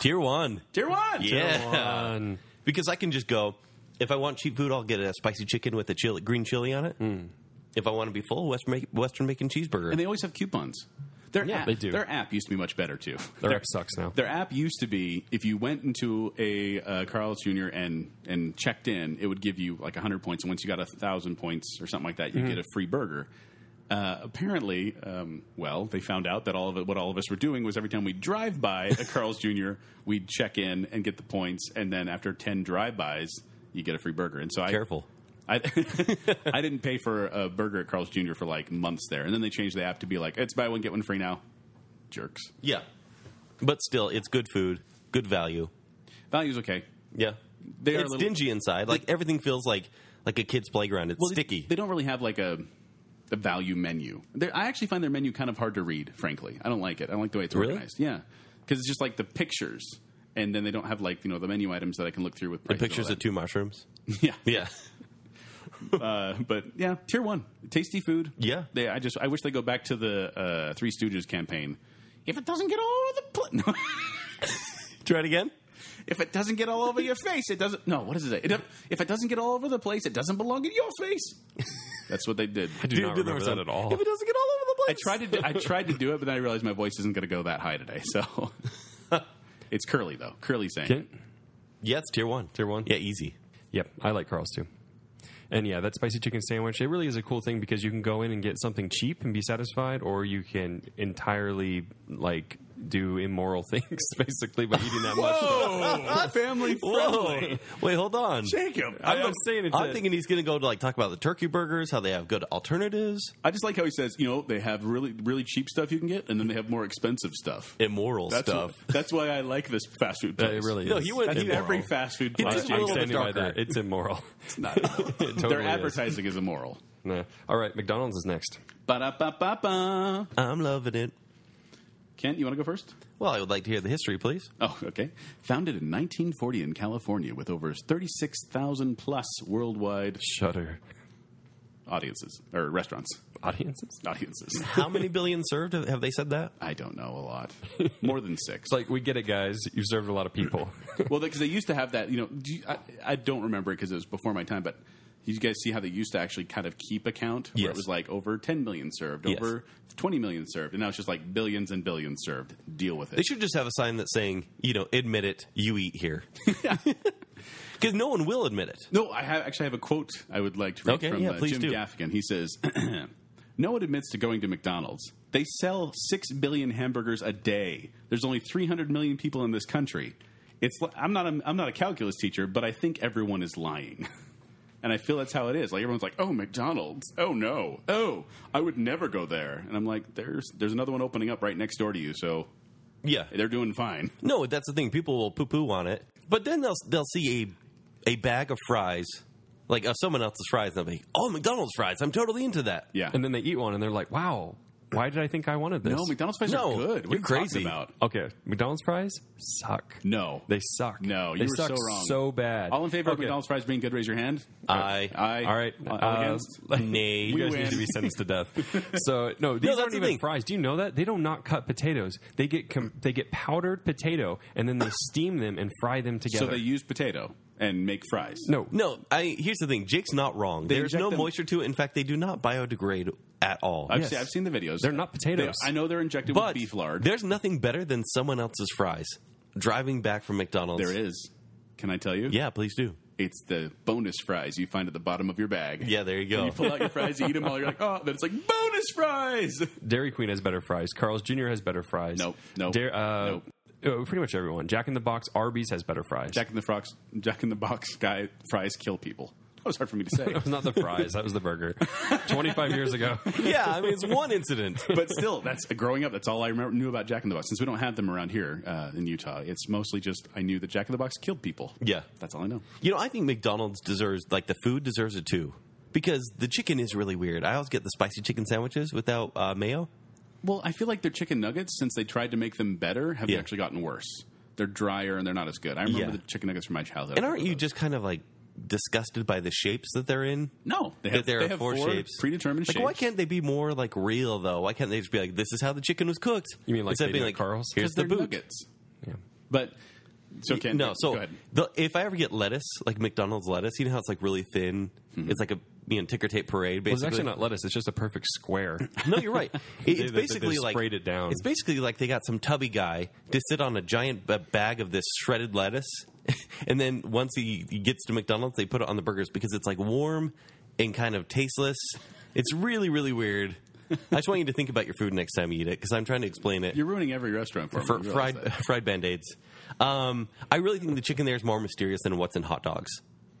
Tier one. Tier one. Yeah. One. [LAUGHS] Because I can just go, if I want cheap food, I'll get a spicy chicken with a chili, green chili on it. If I want to be full, West, Ma- Western bacon cheeseburger. Mm. And they always have coupons. Their app, they do. Their app used to be much better too. Their app sucks now. Their app used to be if you went into a uh, Carl's Jr. and and checked in, it would give you like 100 points. And once you got 1,000 points or something like that, you get a free burger. Uh, apparently, um, well, they found out that all of it, what all of us were doing was every time we drive by a Carl's Jr., we'd check in and get the points, and then after 10 drive-bys, you get a free burger. And so I Careful. I, [LAUGHS] I didn't pay for a burger at Carl's Jr. for like months there, and then they changed the app to be like, "It's buy one get one free now." Jerks. yeah. But still, it's good food, good value. Value's okay. Yeah. They are a it's little- dingy inside. Like everything feels like like a kid's playground. It's they- sticky. They, don't really have like a a value menu. They're, I actually find their menu kind of hard to read. Frankly, I don't like it. I don't like the way it's Really? organized. Yeah, because it's just like the pictures, and then they don't have like you know the menu items that I can look through with the pictures of of two mushrooms. [LAUGHS] yeah, Yeah. Uh, but yeah, tier one, tasty food. Yeah. they. I just I wish they go back to the uh, Three Stooges campaign. If it doesn't get all over the pl- [LAUGHS] no. [LAUGHS] Try it again. if it doesn't get all over your face, it doesn't. No, what does it say? It don't- if it doesn't get all over the place, it doesn't belong in your face. That's what they did. do not remember that at all. If it doesn't get all over the I place. tried to do, I tried to do it, but then I realized my voice isn't going to go that high today. So [LAUGHS] it's Curly though. Curly saying, Kent? Yeah, it's tier one. Tier one? Yeah, easy. Yep, I like Carl's too. And yeah, that spicy chicken sandwich, it really is a cool thing because you can go in and get something cheap and be satisfied, or you can entirely like do immoral [LAUGHS] things basically by eating that much. "Oh, [LAUGHS] family Whoa. Wait, hold on. Jacob." I'm I, not saying it's I'm a- thinking he's going to go to like talk about the turkey burgers, how they have good alternatives, I just like how he says, you know, they have really really cheap stuff you can get, and then they have more expensive stuff. immoral That's stuff. wh- that's why I like this fast food That place. it really No, is. he went That's immoral. every fast [LAUGHS] food It's [LAUGHS] I'm, place. just a little I'm bit standing by darker. that. It's immoral. It's not immoral. It [LAUGHS] totally Their is. advertising is immoral. Nah. All right, McDonald's is next. Ba-da-ba-ba-ba. I'm loving it. Kent, you want to go first? Well, I would like to hear the history, please. Oh, okay. Founded in 1940 in California with over 36,000 plus worldwide Shutter audiences or restaurants. [LAUGHS] audiences. Audiences. How [LAUGHS] many billion served? Have have they said that? I don't know a [LAUGHS] lot. More than six. It's like we get it, guys. You've served a lot of [LAUGHS] people. well, because they used to have that, you know, do you, I, I don't remember it because it was before my time, but you guys see how they used to actually kind of keep account where Yes. it was like over 10 million served, Yes. over 20 million served, and now it's just like billions and billions served. Deal with it. They should just have a sign that's saying, you know, admit it, you eat [LAUGHS] here. [LAUGHS] Because no one will admit it. No, I have, actually have a quote I would like to read Okay, from yeah, uh, please Jim do. Gaffigan. He says, [CLEARS THROAT] "No one admits to going to McDonald's. They sell six billion hamburgers a day. There's only 300 million people in this country. It's li- I'm not a, I'm not a calculus teacher, but I think everyone is lying." [LAUGHS] And I feel that's how it is. Like everyone's like, "Oh, McDonald's! Oh no! Oh, I would never go there." And I'm like, "There's there's another one opening up right next door to you, so Yeah. they're doing fine." No, that's the thing. People will poo poo on it, but then they'll they'll see a a bag of fries, like of someone else's fries, and they'll be, oh, McDonald's fries. I'm totally into that. Yeah. and then they eat one and they're like, wow, why did I think I wanted this? no, McDonald's fries No, are good. What you're are you talking crazy. about? Okay, McDonald's fries suck. No, They suck. No, you they were suck so wrong. So bad. All in favor of Okay. McDonald's fries being good, raise your hand. I, [LAUGHS] Aye. All right. All uh, against? nay. You guys win. need to be sentenced to death. [LAUGHS] So no, these that's aren't the even thing. fries. Do you know that they don't not cut potatoes? They get com- they get powdered potato and then they steam them and fry them together. So they use potato and make fries. no, No, I here's the thing. Jake's not wrong. There's inject no them- moisture to it. In fact, they do not biodegrade at all. I've, Yes. seen, I've seen the videos. they're not They- potatoes. I know they're injected with but beef lard. there's nothing better than someone else's fries. Driving back from McDonald's, There is. Can I tell you? Yeah, please do. It's the bonus fries you find at the bottom of your bag. Yeah, there you You go. pull out your fries, you eat them all. You're like, oh, then it's like bonus fries. [LAUGHS] Dairy Queen has better fries. Carl's Jr. has better fries. Nope, nope, Dairy- uh, nope. uh, pretty much everyone. Jack in the Box, Arby's has better fries. Jack in the Frox, Jack in the Box guy fries kill people. That was hard for me to say, [LAUGHS] that was not the fries. that was [LAUGHS] the burger. Twenty five years ago. [LAUGHS] Yeah, I mean it's one incident. but still, that's growing up. That's all I remember, knew about Jack in the Box. Since we don't have them around here uh, in Utah, it's mostly just I knew that Jack in the Box killed people. Yeah. that's all I know. You know, I think McDonald's deserves like the food deserves it too. Because the chicken is really weird. I always get the spicy chicken sandwiches without uh, mayo. Well, I feel like their chicken nuggets, since they tried to make them better, have Yeah. actually gotten worse. They're drier and they're not as good. I remember Yeah. the chicken nuggets from my childhood. And aren't you just kind of like disgusted by the shapes that they're in? No, they That have, there they are have four shapes. predetermined Like, shapes. why can't they be more like real though? Why can't they just be like, "This is how the chicken was cooked"? You mean like instead they of being do at like, Carl's? Because "Here's the they're boot." nuggets. Yeah. But so can't no, go so ahead. the, if I ever get lettuce, like McDonald's lettuce, you know how it's like really thin. It's like a you know ticker tape parade. Basically, Well, it's actually not lettuce. It's just a perfect square. No, you're right. [LAUGHS] It- They- it's they- they basically like sprayed it down. It's basically like they got some tubby guy to sit on a giant b- bag of this shredded lettuce, [LAUGHS] and then once he, he gets to McDonald's, they put it on the burgers because it's like warm and kind of tasteless. It's really really weird. I just want you to think about your food next time you eat it because I'm trying to explain it. You're ruining every restaurant for, For me. you realize fried that. fried band aids. Um, I really think the chicken there is more mysterious than what's in hot dogs.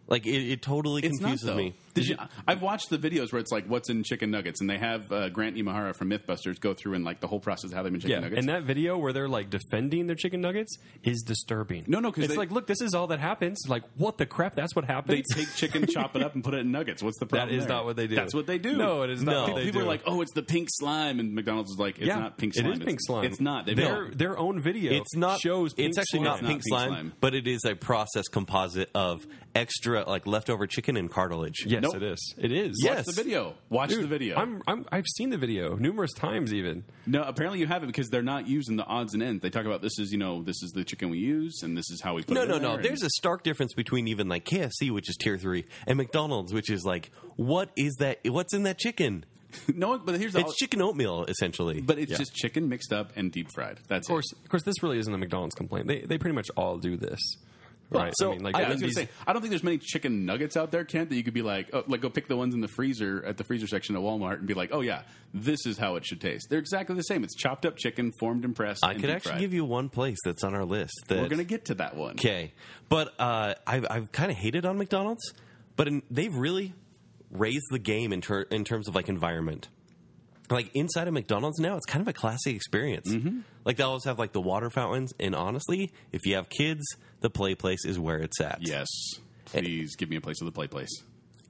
Like it, it totally It's not confuses though. me. Did you? I've watched the videos where it's like, "What's in chicken nuggets?" and they have uh, Grant Imahara from MythBusters go through and like the whole process of how they make chicken yeah, nuggets. and that video where they're like defending their chicken nuggets is disturbing. No, no, 'cause it's they- like, look, this is all that happens. Like, what the crap? That's what they happens. take chicken, chop it up, and put it in nuggets. What's the problem? That is there? not what they do. That's what they do. No, it is not what they people do. are like, "Oh, it's the pink slime," and McDonald's is like, "It's Yeah, not pink it is slime. pink slime. It's not. They their built- their own video. it's not shows. Pink it's actually slime. not pink, slime, but it is a processed composite of extra like leftover chicken and cartilage Yes, Nope. it is. It is. Yes. Watch the video. Watch the video. I'm, I'm, I've seen the video numerous times, even. No, apparently you haven't because they're not using the odds and ends. They talk about this is you know this is the chicken we use and this is how we put no it. no in there no and- there's a stark difference between even like kfc which is tier three and mcdonald's which is like what is that what's in that chicken [LAUGHS] no, but here's the it's chicken oatmeal essentially but it's just chicken mixed up and deep fried. That's Of course, of course, this really isn't a McDonald's complaint. They, they pretty much all do this, right? so like, I- Yeah, I was gonna these- say, I don't think there's many chicken nuggets out there, Kent, that you could be like, oh, like go pick the ones in the freezer at the freezer section at Walmart and be like, oh yeah, this is how it should taste. They're exactly the same. It's chopped up chicken, formed and pressed. i could actually give you one place that's on our list that We're gonna get to that one. Okay, but uh, I've, I've kind of hated on McDonald's, but in, they've really raised the game in, ter- in terms of like environment. Like inside of McDonald's now, it's kind of a classy experience. Like they always have like the water fountains, and honestly, if you have kids, the play place is where it's at. Yes, please give me a place of the play place.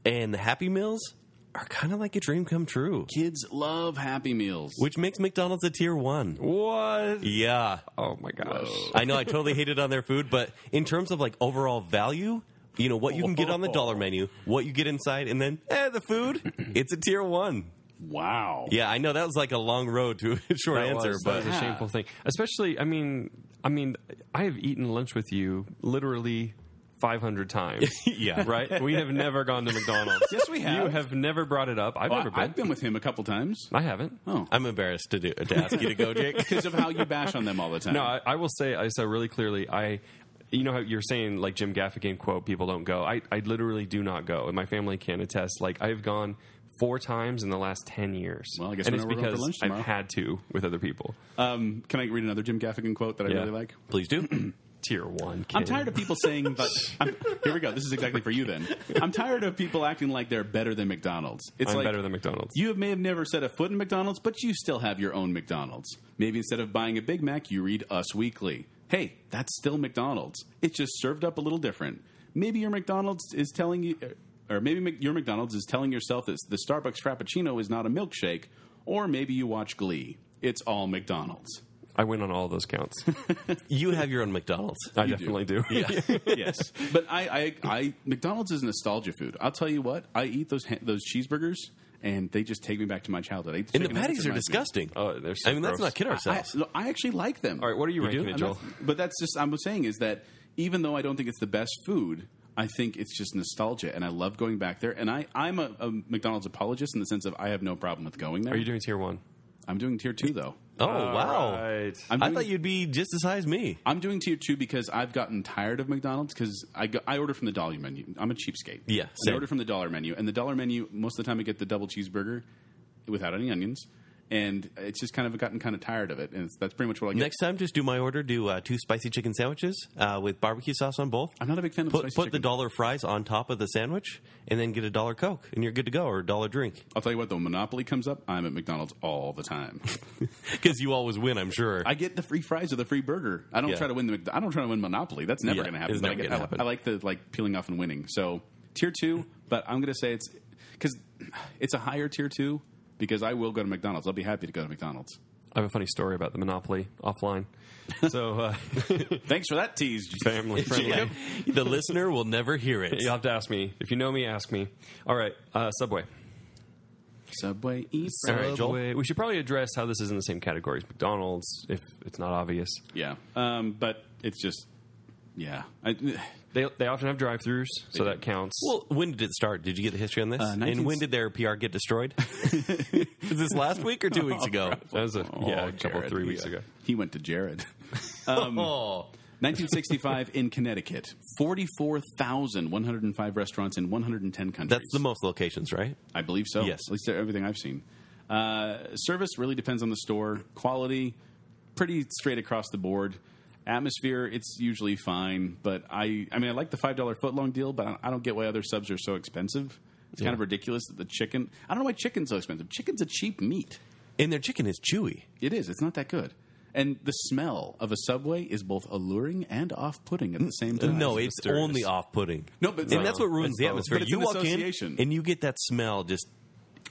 and the Happy Meals are kind of like a dream come true, Kids love Happy Meals. which makes McDonald's a tier one. what? e Yeah, Oh my gosh! I know I totally hated on their food, but in terms of like overall value, you know what you can get on the dollar menu, what you get inside, and then eh, the food, it's a tier one. wow. Yeah, I know that was like a long road to a [LAUGHS] short That answer, was, that but was a shameful thing. Especially, I mean, I mean, I have eaten lunch with you literally [LAUGHS] 500 times. yeah, [LAUGHS] Right? We have never gone to McDonald's. Yes, we have. You have never brought it up. I've Well, never been. I've been with him a couple times I haven't. Oh. I'm embarrassed to do to ask you to go, [LAUGHS] Jake. because of how you bash on them all the time. No, I, I will say I said really clearly. I, you know how you're saying like Jim Gaffigan quote, people don't go. I, I literally do not go, and my family can attest. Like I've gone four times in the last ten years. Well, I guess and we it's know we're going for because lunch tomorrow. I've had to with other people. um, can I read another Jim Gaffigan quote that I Yeah. really like? Please do. [CLEARS THROAT] Tier one. Kid. I'm tired of people saying [LAUGHS] that. I'm, here we go. This is exactly for you then. I'm tired of people acting like they're better than McDonald's. It's I'm like better than McDonald's. you may have never set a foot in McDonald's, but you still have your own McDonald's. Maybe instead of buying a Big Mac, you read Us Weekly. Hey, that's still McDonald's. It's just served up a little different. Maybe your McDonald's is telling you, or maybe Mc- your McDonald's is telling yourself that the Starbucks Frappuccino is not a milkshake, or maybe you watch Glee. It's all McDonald's. I win on all those counts. [LAUGHS] You have your own McDonald's. I definitely do. yes, [LAUGHS] but I, I, I McDonald's is nostalgia food. I'll tell you what, I eat those ha- those cheeseburgers, and they just take me back to my childhood. I eat And the chicken nuggets, patties it are reminds me. disgusting. [LAUGHS] Oh, they're so I mean, let's gross. not kid I, ourselves. look, I actually like them. all right, what are you, You ranking do? it, I'm Joel? not- but that's just I'm saying is that even though I don't think it's the best food, I think it's just nostalgia, and I love going back there. And I I'm a, a McDonald's apologist in the sense of I have no problem with going there. Are you doing tier one? I'm doing tier two though. oh wow! Right. I'm I doing- thought you'd be just as high as me. I'm doing tier two because I've gotten tired of McDonald's because I, go, I order from the dollar menu. I'm a cheapskate. Yeah, I same. order from the dollar menu, and the dollar menu most of the time I get the double cheeseburger without any onions, and it's just kind of gotten kind of tired of it, and it's, that's pretty much what I get. Next time, just do my order. Do uh, two spicy chicken sandwiches uh, with barbecue sauce on both. I'm not a big fan of Put, spicy put the chicken. dollar fries on top of the sandwich, and then get a dollar coke, and you're good to go, or a dollar [LAUGHS] drink, I'll tell you what, though, Monopoly comes up. I'm at McDonald's all the time. [LAUGHS] because you always win. I'm sure. I get the free fries or the free burger. I don't Yeah. try to win the. Mc- I don't try to win Monopoly. That's never Yeah, going to happen. it's But I, never get- gonna I- happen. I like the like peeling off and winning. So tier two, but I'm going to say it's because it's a higher tier two because I will go to McDonald's. I'll be happy to go to McDonald's. I have a funny story about the Monopoly [LAUGHS] offline. So uh, Thanks for that tease. family friendly. [LAUGHS] Yeah. [LAUGHS] the listener will never hear it. You'll have to ask me if you know me. Ask me. All right, uh, Subway. Subway East. All right, Joel. Subway. We should probably address how this is in the same category as McDonald's, if it's not obvious. Yeah, um, but it's just yeah. I, [SIGHS] They they often have drive-throughs, so that counts. Well, when did it start? Did you get the history on this? Uh, 19 and when did their PR get [LAUGHS] destroyed? Is this last week or two [LAUGHS] weeks ago? that was a, yeah, Oh, a couple Jared, three weeks yeah. ago. he went to Jared. [LAUGHS] oh, 1965 in Connecticut, 44,105 restaurants in 110 countries. [LAUGHS] that's the most locations, right? I believe so. Yes. At least everything I've seen. Uh, service really depends on the store. Quality, pretty straight across the board. Atmosphere, it's usually fine, but I, I mean, I like the five dollar footlong deal, but I- I don't get why other subs are so expensive. It's kind of ridiculous that the chicken. I don't know why chicken's so expensive. Chicken's a cheap meat. And their chicken is chewy. It is. It's not that good. And the smell of a subway is both alluring and off-putting at the same time. no, it's only off-putting. No, but it's and that's not. what ruins It's the both. atmosphere. But it's you an walk in association. and you get that smell just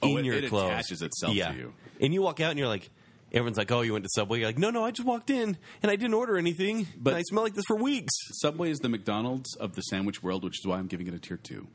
Oh, in it- your it clothes. attaches itself to yeah. you. And you walk out and you're like, everyone's like, "Oh, you went to Subway." You're like, "No, no, I just walked in and I didn't order anything, but But- I smell like this for weeks." Subway is the McDonald's of the sandwich world, which is why I'm giving it a tier two.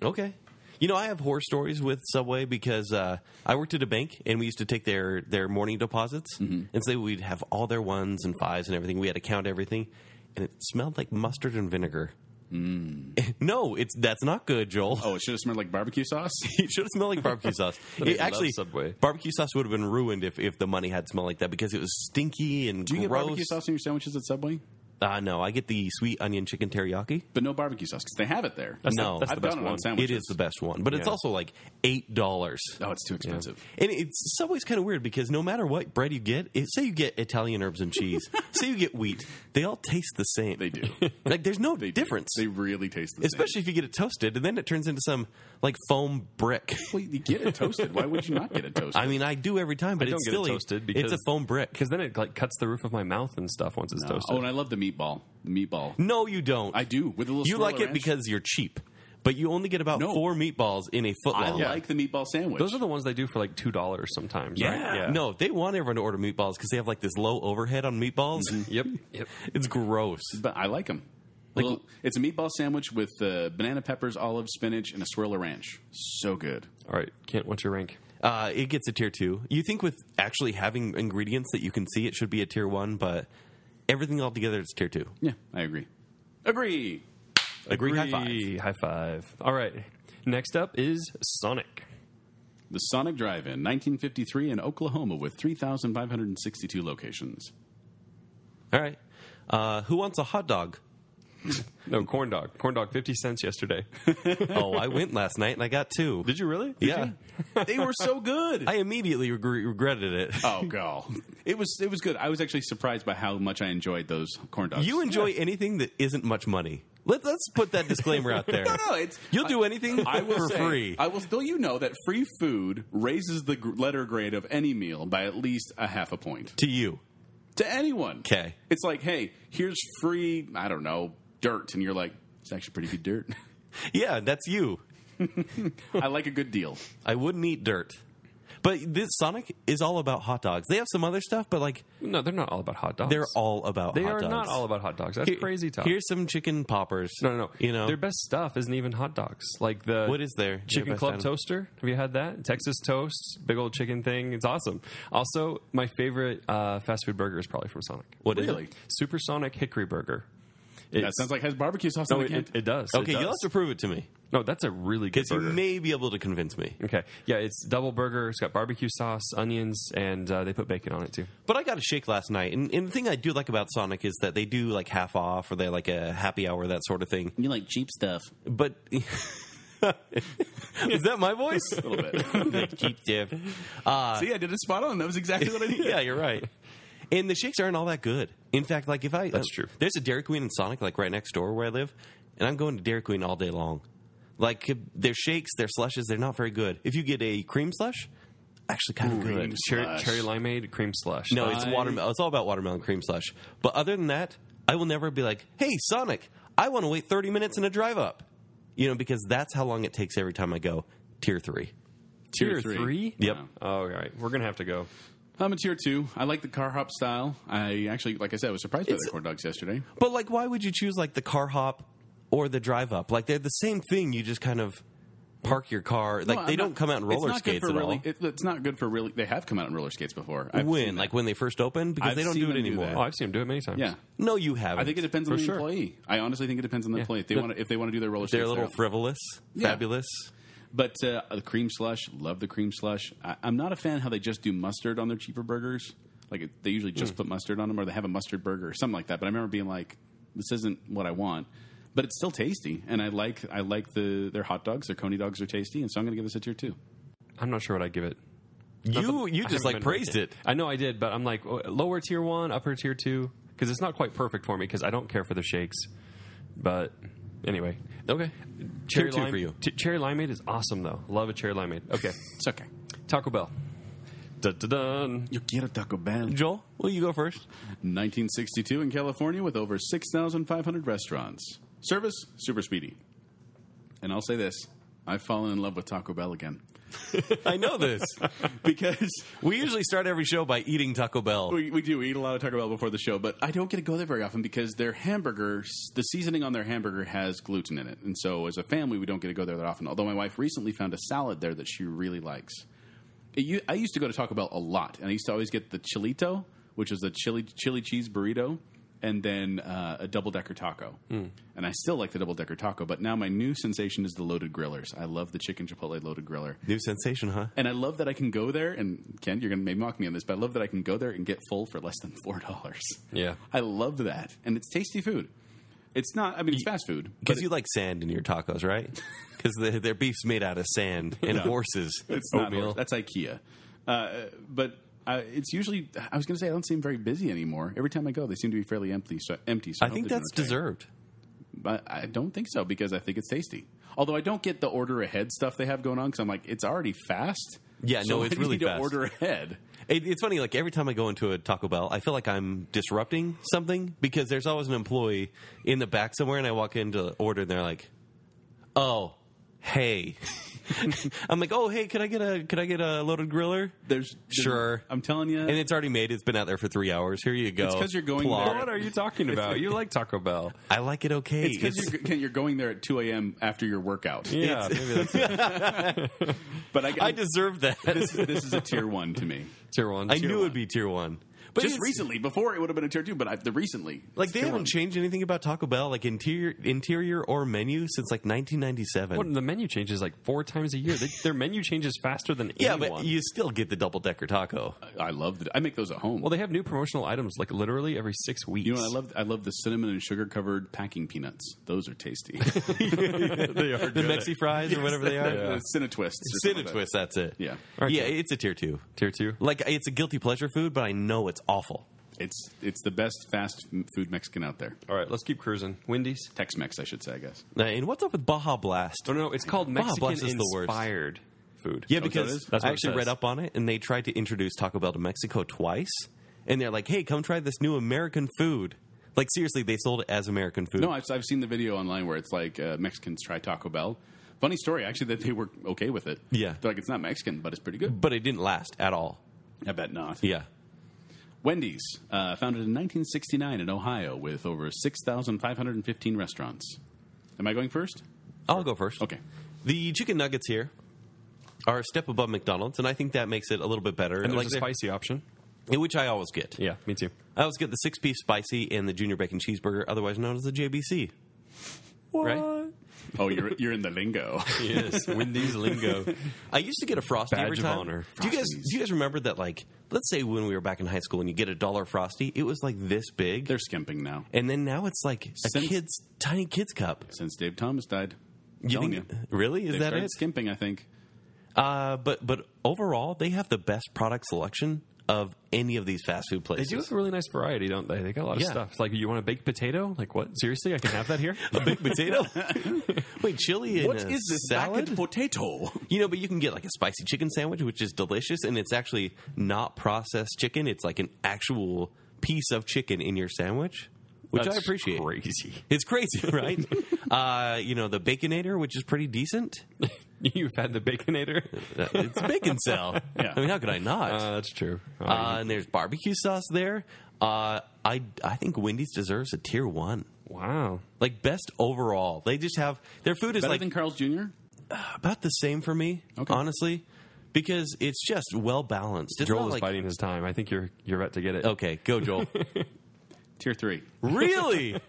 Okay. You know, I have horror stories with Subway because uh, I worked at a bank and we used to take their, their morning deposits. Mm-hmm. And so we'd have all their ones and fives and everything. We had to count everything. And it smelled like mustard and vinegar. Mm. [LAUGHS] no, it's that's not good, Joel. Oh, it should have smelled like barbecue [LAUGHS] sauce. It should have smelled [LAUGHS] like barbecue sauce. It love actually, Subway. barbecue sauce would have been ruined if, if the money had smelled like that because it was stinky and Do you get gross. barbecue sauce in your sandwiches at Subway? Uh, no, I get the sweet onion chicken teriyaki. But no barbecue sauce because they have it there. That's No. the, that's I've the best done it one. on sandwiches. It is the best one, but it's Yeah. also like eight dollars. Oh, it's too expensive. And it's Subway's kind of weird because no matter what bread you get, it, say you get Italian herbs [LAUGHS] and cheese, say you get wheat, they all taste the same. They do. Like there's no They do. difference, They really taste the especially if you get it toasted, and then it turns into some like foam brick. same. Especially, you get it toasted. Why would you not get it toasted? I mean, I do every time, but I don't it's get it silly. toasted it's because- a foam brick. Because then it like cuts the roof of my mouth and stuff once it's Uh, toasted. oh, and I love the meatball. The meatball. No, you don't. I do with a little. you swirl like of it ranch. because you're cheap, but you only get about No. four meatballs in a foot I long. like the meatball sandwich. Those are the ones they do for like two dollars sometimes, right? No, they want everyone to order meatballs because they have like this low overhead on meatballs. Mm-hmm. Yep. Yep. it's gross. but I like them. Little- it's a meatball sandwich with uh, banana peppers, olive, spinach, and a swirl of ranch. So good. All right, Kent. What's your rank? Uh, it gets a tier two. You think with actually having ingredients that you can see, it should be a tier one, but everything all together, it's tier two. Yeah, I agree. Agree. Agree. High five. Agree. High five. All right. Next up is Sonic. The Sonic Drive-In, 1953 in Oklahoma, with 3,562 locations. All right. Uh, who wants a hot [LAUGHS] dog? No, corn dog. Corn dog. Fifty cents yesterday. [LAUGHS] oh, I went last night and I got two. Did you really? yeah. They were so good. I immediately regre- regretted it. Oh god, [LAUGHS] it was it was good. I was actually surprised by how much I enjoyed those corn dogs. You enjoy anything that isn't much money. Let, let's put that disclaimer out there. [LAUGHS] no, it's You'll do anything I will for say, free. I will still you know that free food raises the gr- letter grade of any meal by at least a half a point to you. to anyone. 'Kay. it's like hey, here's free. I don't know dirt, and you're like it's actually pretty good dirt. Yeah, that's you. I like a good deal. I wouldn't eat dirt. But this Sonic is all about hot dogs. They have some other stuff, but like No, they're not all about hot dogs. they're all about They hot are dogs. not all about hot dogs. That's Here- crazy talk. Here's some chicken poppers. no, no, no. You know their best stuff isn't even hot dogs. Like the What is their- their chicken best club item? toaster? Have you had that Texas toast? Big old chicken thing. It's awesome. Also, my favorite uh, fast food burger is probably from Sonic. What is Really? it? Supersonic Hickory Burger. It's, That sounds like has barbecue sauce no, on the it, can. it, it does. It Okay, does. you'll have to prove it to me No, that's a really good because you burger. may be able to convince me. okay, yeah, it's double burger. It's got barbecue sauce, onions, and uh, they put bacon on it too. But I got a shake last night, and, and the thing I do like about Sonic is that they do like half off [LAUGHS] or they like a happy hour that sort of thing. you like cheap stuff. But Is that my [LAUGHS] voice? a little bit. Cheap dip. Uh, See, I did it spot on. That was exactly [LAUGHS] what I needed. yeah, you're right. And the shakes aren't all that good. In fact, like if I That's true. There's a Dairy Queen and Sonic like right next door where I live, and I'm going to Dairy Queen all day long. Like their shakes, their slushes, they're not very good. If you get a cream slush, actually kind of good. Cream Cherry, slush. cherry limeade, cream slush. No, it's I- watermelon. It's all about watermelon cream slush. But other than that, I will never be like, "Hey, Sonic, I want to wait 30 minutes in a drive up," you know, because that's how long it takes every time I go tier three. tier three. Yep. Yeah. Oh, all right, we're gonna have to go. I'm a tier two. I like the car hop style. I actually, like I said, I was surprised by the corn dogs yesterday. But like, why would you choose like the car hop or the drive up? Like they're the same thing. You just kind of park your car. Like No, they I'm don't not- come out in it's roller not good skates for at really, all. it- it's not good for really. They have come out in roller skates before. I've seen when that. like when they first opened because I've they don't seen do it them do anymore. that. Oh, I've seen him do it many times. yeah, no, you haven't. I think it depends on For the sure. employee. I honestly think it depends on the Yeah. employee. If they No. want to, if they want to do their roller skates, they're a little they're- frivolous, uh, Yeah. fabulous. But uh, the cream slush, love the cream slush. I, I'm not a fan how they just do mustard on their cheaper burgers. Like it- they usually just put mustard on them, or they have a mustard burger or something like that. But I remember being like, "This isn't what I want." But it's still tasty, and I like I like the their hot dogs, their coney dogs are tasty, and so I'm going to give this a tier two. I'm not sure what I give it. You you I just haven't like been praised rated. it. I know I did, but I'm like oh, lower tier one, upper tier two, because it's not quite perfect for me because I don't care for the shakes. But anyway, Okay, cherry tier two lime for you. T- cherry limeade is awesome though. Love a cherry limeade. Okay, It's okay. Taco Bell. Dun, dun, dun. You get a Taco Bell. Joel, will you go first? 1962 in California with over 6,500 restaurants. Service, super speedy. And I'll say this I've fallen in love with Taco Bell again. [LAUGHS] I know this. Because we usually start every show by eating Taco Bell. we, we do, we eat a lot of Taco Bell before the show, but I don't get to go there very often because their hamburgers, the seasoning on their hamburger has gluten in it. And so as a family, we don't get to go there that often. Although my wife recently found a salad there that she really likes. It u- I used to go to Taco Bell a lot, and I used to always get the chilito, which is the chili chili cheese burrito, and then uh, a double decker taco. And I still like the double decker taco, but now my new sensation is the loaded grillers. I love the chicken chipotle loaded griller, New sensation, huh? and I love that I can go there. And Ken, you're gonna maybe mock me on this, but I love that I can go there and get full for less than four dollars. [LAUGHS] Yeah. I love that, and it's tasty food. It's not. I mean, it's fast food. but Because you like sand in your [LAUGHS] tacos, right? Because their beef's made out of sand and horses. It's not horse- That's IKEA. Uh, but uh, it's usually. I was going to say I don't seem very busy anymore. Every time I go, they seem to be fairly empty. So empty. So I think hope they're that's doing okay. deserved. But I don't think so because I think it's tasty. Although I don't get the order ahead stuff they have going on because I'm like it's already fast. Yeah, so no, it's I really need fast. to order ahead. It, it's funny, like every time I go into a Taco Bell, I feel like I'm disrupting something because there's always an employee in the back somewhere, and I walk in to order, and they're like, "Oh, hey," [LAUGHS] I'm like, "Oh, hey, could I get a could I get a loaded griller?" There's Sure. I'm telling you, And it's already made. It's been out there for three hours. Here you go. 'cause you're going Plonk. there. What are you talking about? You like Taco Bell? I like it okay. it's because It's- you're, Ken, you're going there at 2 a.m. after your workout. Yeah, maybe [LAUGHS] that's But I, [LAUGHS] I deserve that. this, this is a tier one to me. tier one. I Tier knew it one. would be tier one, but Just it's- recently, before it would have been a tier two, but I, the recently, Like it's they tier haven't one. changed anything about Taco Bell, like interior, interior or menu since like 1997. What, the menu changes like four times a year. They, their menu changes faster than yeah, anyone. but you still get the double decker taco. I love that. I make those at home. well, they have new promotional items like literally every six weeks. you know, what I love I love the cinnamon and sugar covered packing peanuts. Those are [LAUGHS] tasty. [LAUGHS] they are The Mexi fries or whatever they are. [LAUGHS] The Cinna twists. or something Cinnamon like that. twist. That's it. Yeah. right, yeah, Joe. it's a tier two. tier two. Like it's a guilty pleasure food, but I know it's awful. It's it's the best fast m- food Mexican out there. All right, let's keep cruising. Wendy's. Tex Mex, I should say. I guess. Uh, And what's up with Baja Blast? Oh, No, no, no, it's called Mexican Blast is the worst. inspired food. Yeah, Oh, is that what it because is? That's I what it actually says. read up on it, and they tried to introduce Taco Bell to Mexico twice, and they're like, "Hey, come try this new American food." Like seriously, they sold it as American food. No, I've, I've seen the video online where it's like uh, Mexicans try Taco Bell. Funny story, actually, that they were okay with it. Yeah. They're like it's not Mexican, but it's pretty good. but it didn't last at all. I bet not. Yeah. Wendy's, uh, founded in 1969 in Ohio with over 6,515 restaurants. Am I going first? I'll go first. Okay. The chicken nuggets here are a step above McDonald's, and I think that makes it a little bit better. And there's Like a they're- spicy option. which I always get. Yeah, me too. I always Uh, get the six piece spicy and the junior bacon cheeseburger, otherwise known as the JBC. Right? Oh, you're [LAUGHS] you're in the lingo. Yes, Wendy's lingo. [LAUGHS] I used to get a frosty Badge every of time. honor. Do you guys do you guys remember that? Like, let's say when we were back in high school, and you get a dollar frosty, it was like this big, They're skimping now and then now it's like a Since- kid's tiny kid's cup. since Dave Thomas died. You telling think- you. Really? Is They've that started it? skimping, I think. Uh, but but overall, they have the best product selection of any of these fast food They places. do have a really nice variety, don't they? They got a lot of Yeah. stuff. It's like, you want a baked potato? Like, what? Seriously, I can have that [LAUGHS] here? a big potato. [LAUGHS] Wait, chili and a salad? potato? You know, but you can get like a spicy chicken sandwich, which is delicious, and it's actually not processed chicken. It's like an actual piece of chicken in your sandwich, which I That's appreciate. Crazy. It's crazy, [LAUGHS] right? uh, you know, the baconator, which is pretty decent. [LAUGHS] You've had the [LAUGHS] baconator. Uh, It's bacon cell. Yeah. I mean, how could I not? Uh, that's true. Uh, Uh, and there's barbecue sauce there. Uh, I I think Wendy's deserves a tier one, wow. like best overall. They just have their food is Better like than Carl's Jr. about the same for me, Okay. honestly, because it's just well balanced. It's Joel not is like, biting his time. I think you're you're about to get it. Okay, go [LAUGHS] Joel. Tier three. really?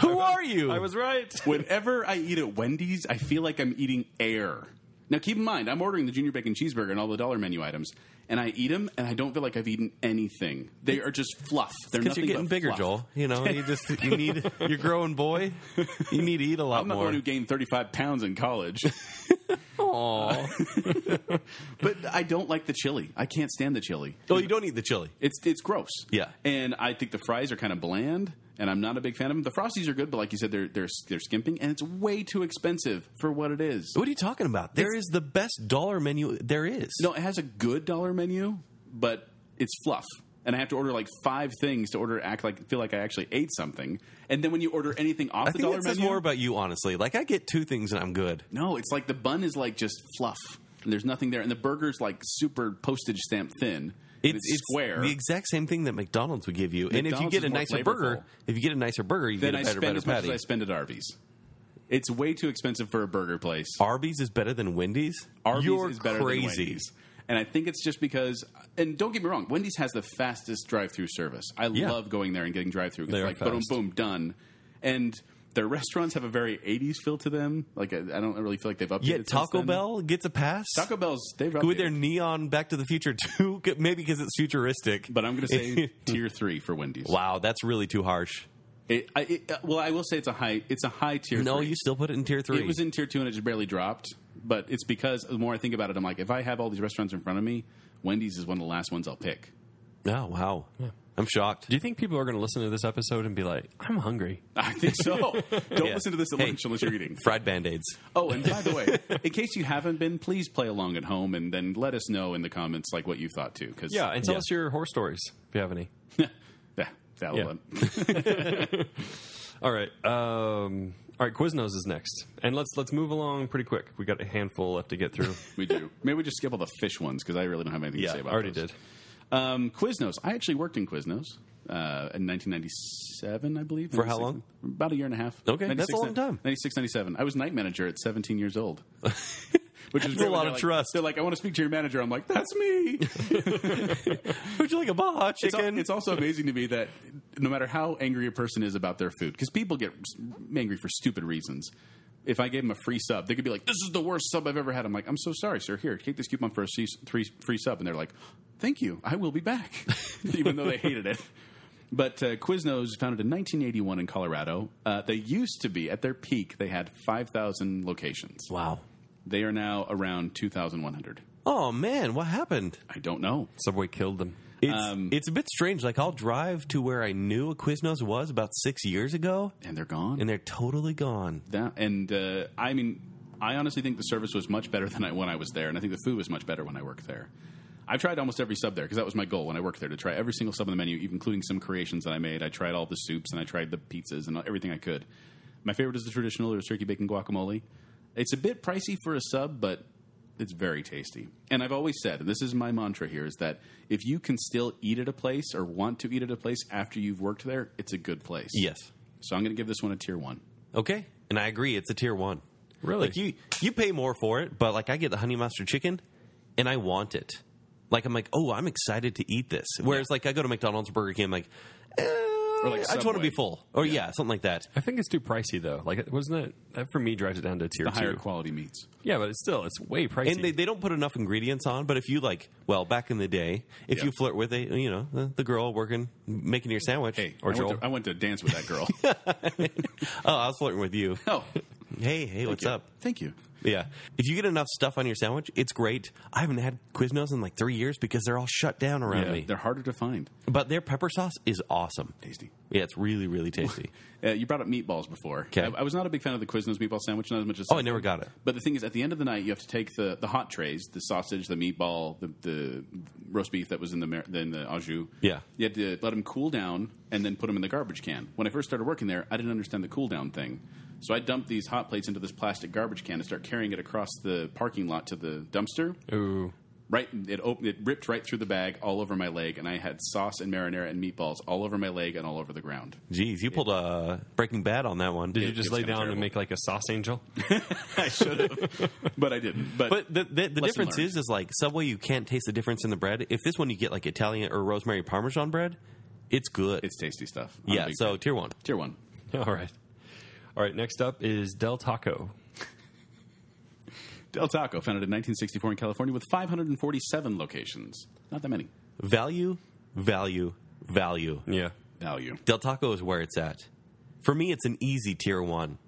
Who are you? I was right. Whenever I eat at Wendy's, I feel like I'm eating air. Now, keep in mind, I'm ordering the junior bacon cheeseburger and all the dollar menu items, and I eat them, and I don't feel like I've eaten anything. They are just fluff. They're because nothing you're getting but bigger, fluff. Joel. You know, you just [LAUGHS] you need you're growing boy. You need to eat a lot I'm not the more. one who gained 35 pounds in [LAUGHS] college, [LAUGHS] but I don't like the chili. I can't stand the chili. oh, you don't eat the chili. It's it's gross. Yeah. and I think the fries are kind of bland, and I'm not a big fan of them. The frosties are good, but like you said, they're they're they're skimping, and it's way too expensive for what it is. What are you talking about? There is the best dollar menu there is. No, it has a good dollar menu, but it's fluff. And I have to order like five things to order to act like feel like I actually ate something. And then when you order anything off I the think dollar that says menu, more about you, honestly. Like I get two things and I'm good. no, it's like the bun is like just fluff, and there's nothing there. And the burger's like super postage stamp thin. and it's, square. the exact same thing that McDonald's would give you. and if you McDonald's get a is more nicer flavorful. burger, if you get a nicer burger, you then get I a better, spend better as much patty. as I spend at Arby's. It's way too expensive for a burger place. Arby's is better than Wendy's. Arby's You're is better crazy. than Wendy's. And I think it's just because, and don't get me wrong, Wendy's has the fastest drive-through service. I Yeah. love going there and getting drive-through. It's They are like boom, fast. boom, done. And their restaurants have a very '80s feel to them. Like I, I don't really feel like they've updated. Yet since Taco then. Bell gets a pass. Taco Bell's they've with their updated. neon Back to the Future [LAUGHS] too, maybe because it's futuristic. But I'm going to [LAUGHS] say tier three for Wendy's. wow, that's really too harsh. It, I, it, uh, well, I will say it's a high. It's a high tier. No, three. you still put it in tier three. It was in tier two and it just barely dropped. But it's because the more I think about it, I'm like, if I have all these restaurants in front of me, Wendy's is one of the last ones I'll pick. oh wow, I'm shocked. Do you think people are going to listen to this episode and be like, "I'm hungry"? I think [LAUGHS] so. Don't Yeah. listen to this at Hey. lunch unless you're eating. Fried band aids. Oh, and by the [LAUGHS] way, in case you haven't been, please play along at home and then let us know in the comments like what you thought too. Because Yeah, and tell us your horror stories if you have any. [LAUGHS] yeah, that'll uh, Yeah. All right, um, all right. Quiznos is next, and let's let's move along pretty quick. We got a handful left to get [LAUGHS] through. we do. Maybe we just skip all the fish ones because I really don't have anything to say I about. already those. did. Um, Quiznos. I actually worked in Quiznos. Uh, in 1997, I believe. For how long? About a year and a half. Okay, that's 96, a long time. 96, 97. I was night manager at 17 years [LAUGHS] old. Which is That's a lot of like, trust. They're like, I want to speak to your manager. I'm like, that's me. Would you like a baja It's, al- chicken? it's also amazing to me that no matter how angry a person is about their food, because people get s- angry for stupid reasons. If I gave them a free sub, they could be like, "This is the worst sub I've ever had." I'm like, "I'm so sorry, sir. Here, take this coupon for a c- three free sub," and they're like, "Thank you. I will be back," [LAUGHS] even though they hated it. But uh, Quiznos, founded in 1981 in Colorado, uh, they used to be at their peak. They had 5,000 locations. wow. They are now around 2,100. Oh man, what happened? I don't know. Subway killed them. It's, Um, it's a bit strange. Like I'll drive to where I knew a Quiznos was about six years ago, And they're gone. and they're totally gone. that and uh, I mean, I honestly think the service was much better [LAUGHS] than I, when I was there, and I think the food was much better when I worked there. I've tried almost every sub there because that was my goal when I worked there to try every single sub on the menu, even including some creations that I made. I tried all the soups and I tried the pizzas and everything I could. My favorite is the traditional or turkey bacon guacamole. It's a bit pricey for a sub, but it's very tasty. And I've always said, and this is my mantra here, is that if you can still eat at a place or want to eat at a place after you've worked there, it's a good place. Yes. So I'm going to give this one a tier one. Okay, and I agree. It's a tier one. Really? Like you, you pay more for it, but like I get the honey mustard chicken, and I want it. Like I'm like, oh, I'm excited to eat this. Whereas like I go to McDonald's, Burger King, I'm like, eh, like I just want to Subway. be full, or yeah. something like that. I think it's too pricey though. Like, wasn't it that for me drives it down to tier The two? higher quality meats. yeah, but it's still it's way pricey. And they, they don't put enough ingredients on. But if you like, well, back in the day, if you flirt with a, you know, the, the girl working making your sandwich, Hey, or I Joel, Went to, I went to dance with that girl. [LAUGHS] oh, I was flirting with you. [LAUGHS] oh, Hey, hey, what's up? Thank you. Yeah. If you get enough stuff on your sandwich, it's great. I haven't had Quiznos in like three years because they're all shut down around Yeah, me. they're harder to find. But their pepper sauce is awesome. Tasty. Yeah, it's really, [LAUGHS] really tasty. Uh, you brought up meatballs before. 'Kay. I, I was not a big fan of the Quiznos meatball sandwich, not as much as oh, I never got it. But the thing is, at the end of the night, you have to take the, the hot trays, the sausage, the meatball, the, the roast beef that was in the mar- in the au jus. Yeah. you had to let them cool down and then put them in the garbage can. When I first started working there, I didn't understand the cool down thing, so I dumped these hot plates into this plastic garbage can and start carrying it across the parking lot to the dumpster. Ooh. Right, it opened, it ripped right through the bag all over my leg, and I had sauce and marinara and meatballs all over my leg and all over the [LAUGHS] ground. Jeez, you pulled uh, Breaking Bad on that one. Did you It- just it's lay kinda down and terrible. make like a sauce angel? [LAUGHS] I should have, [LAUGHS] but I didn't. But, But the, the, the Lesson difference learned. is, is like Subway, you can't taste the difference in the bread. If this one you get like Italian or rosemary parmesan bread, it's good. it's tasty stuff. I'm a yeah, big so fan. tier one. tier one. All right. All right, next up is Del Taco. Del Taco, founded in 1964 in California with 547 locations. Not that many. Value, value, value. Yeah. Value. Del Taco is where it's at. For me, it's an easy tier one.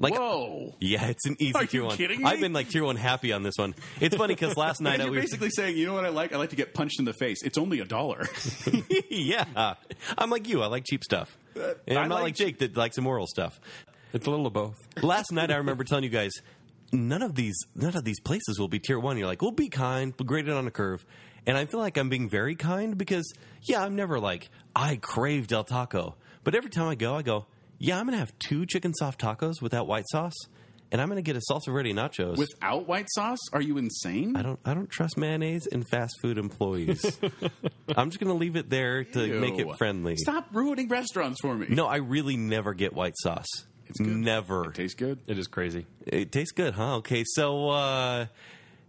Like, Whoa! yeah, it's an easy Are tier you one. kidding I've me? been like tier one happy on this one. It's funny [LAUGHS] because last night I you're we basically saying, you know what I like? I like to get punched in the face. It's only a dollar. [LAUGHS] yeah, I'm like you. I like cheap stuff, and Uh, I I'm not like like Jake that likes immoral stuff. It's a little of both. last night I remember telling you guys none of these none of these places will be tier one. You're like, we'll be kind, but graded on a curve. And I feel like I'm being very kind because yeah, I'm never like I crave Del Taco, but every time I go, I go, yeah, I'm gonna have two chicken soft tacos without white sauce, and I'm gonna get a salsa verde nachos. Without white sauce? Are you insane? I don't I don't trust mayonnaise and fast food employees. [LAUGHS] I'm just gonna leave it there to Ew. make it friendly. Stop ruining restaurants for me. No, I really never get white sauce. It's good. Never. Tastes good. It is crazy. It tastes good, huh? Okay, so uh,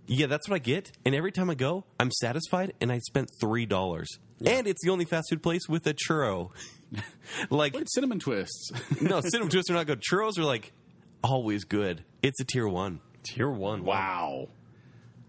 yeah, that's what I get. And every time I go, I'm satisfied, and I spent three dollars. And it's the only fast food place with a churro. [LAUGHS] like It's cinnamon twists. [LAUGHS] no, cinnamon twists are not good. Churros are like always good. It's a tier one. Tier one. wow.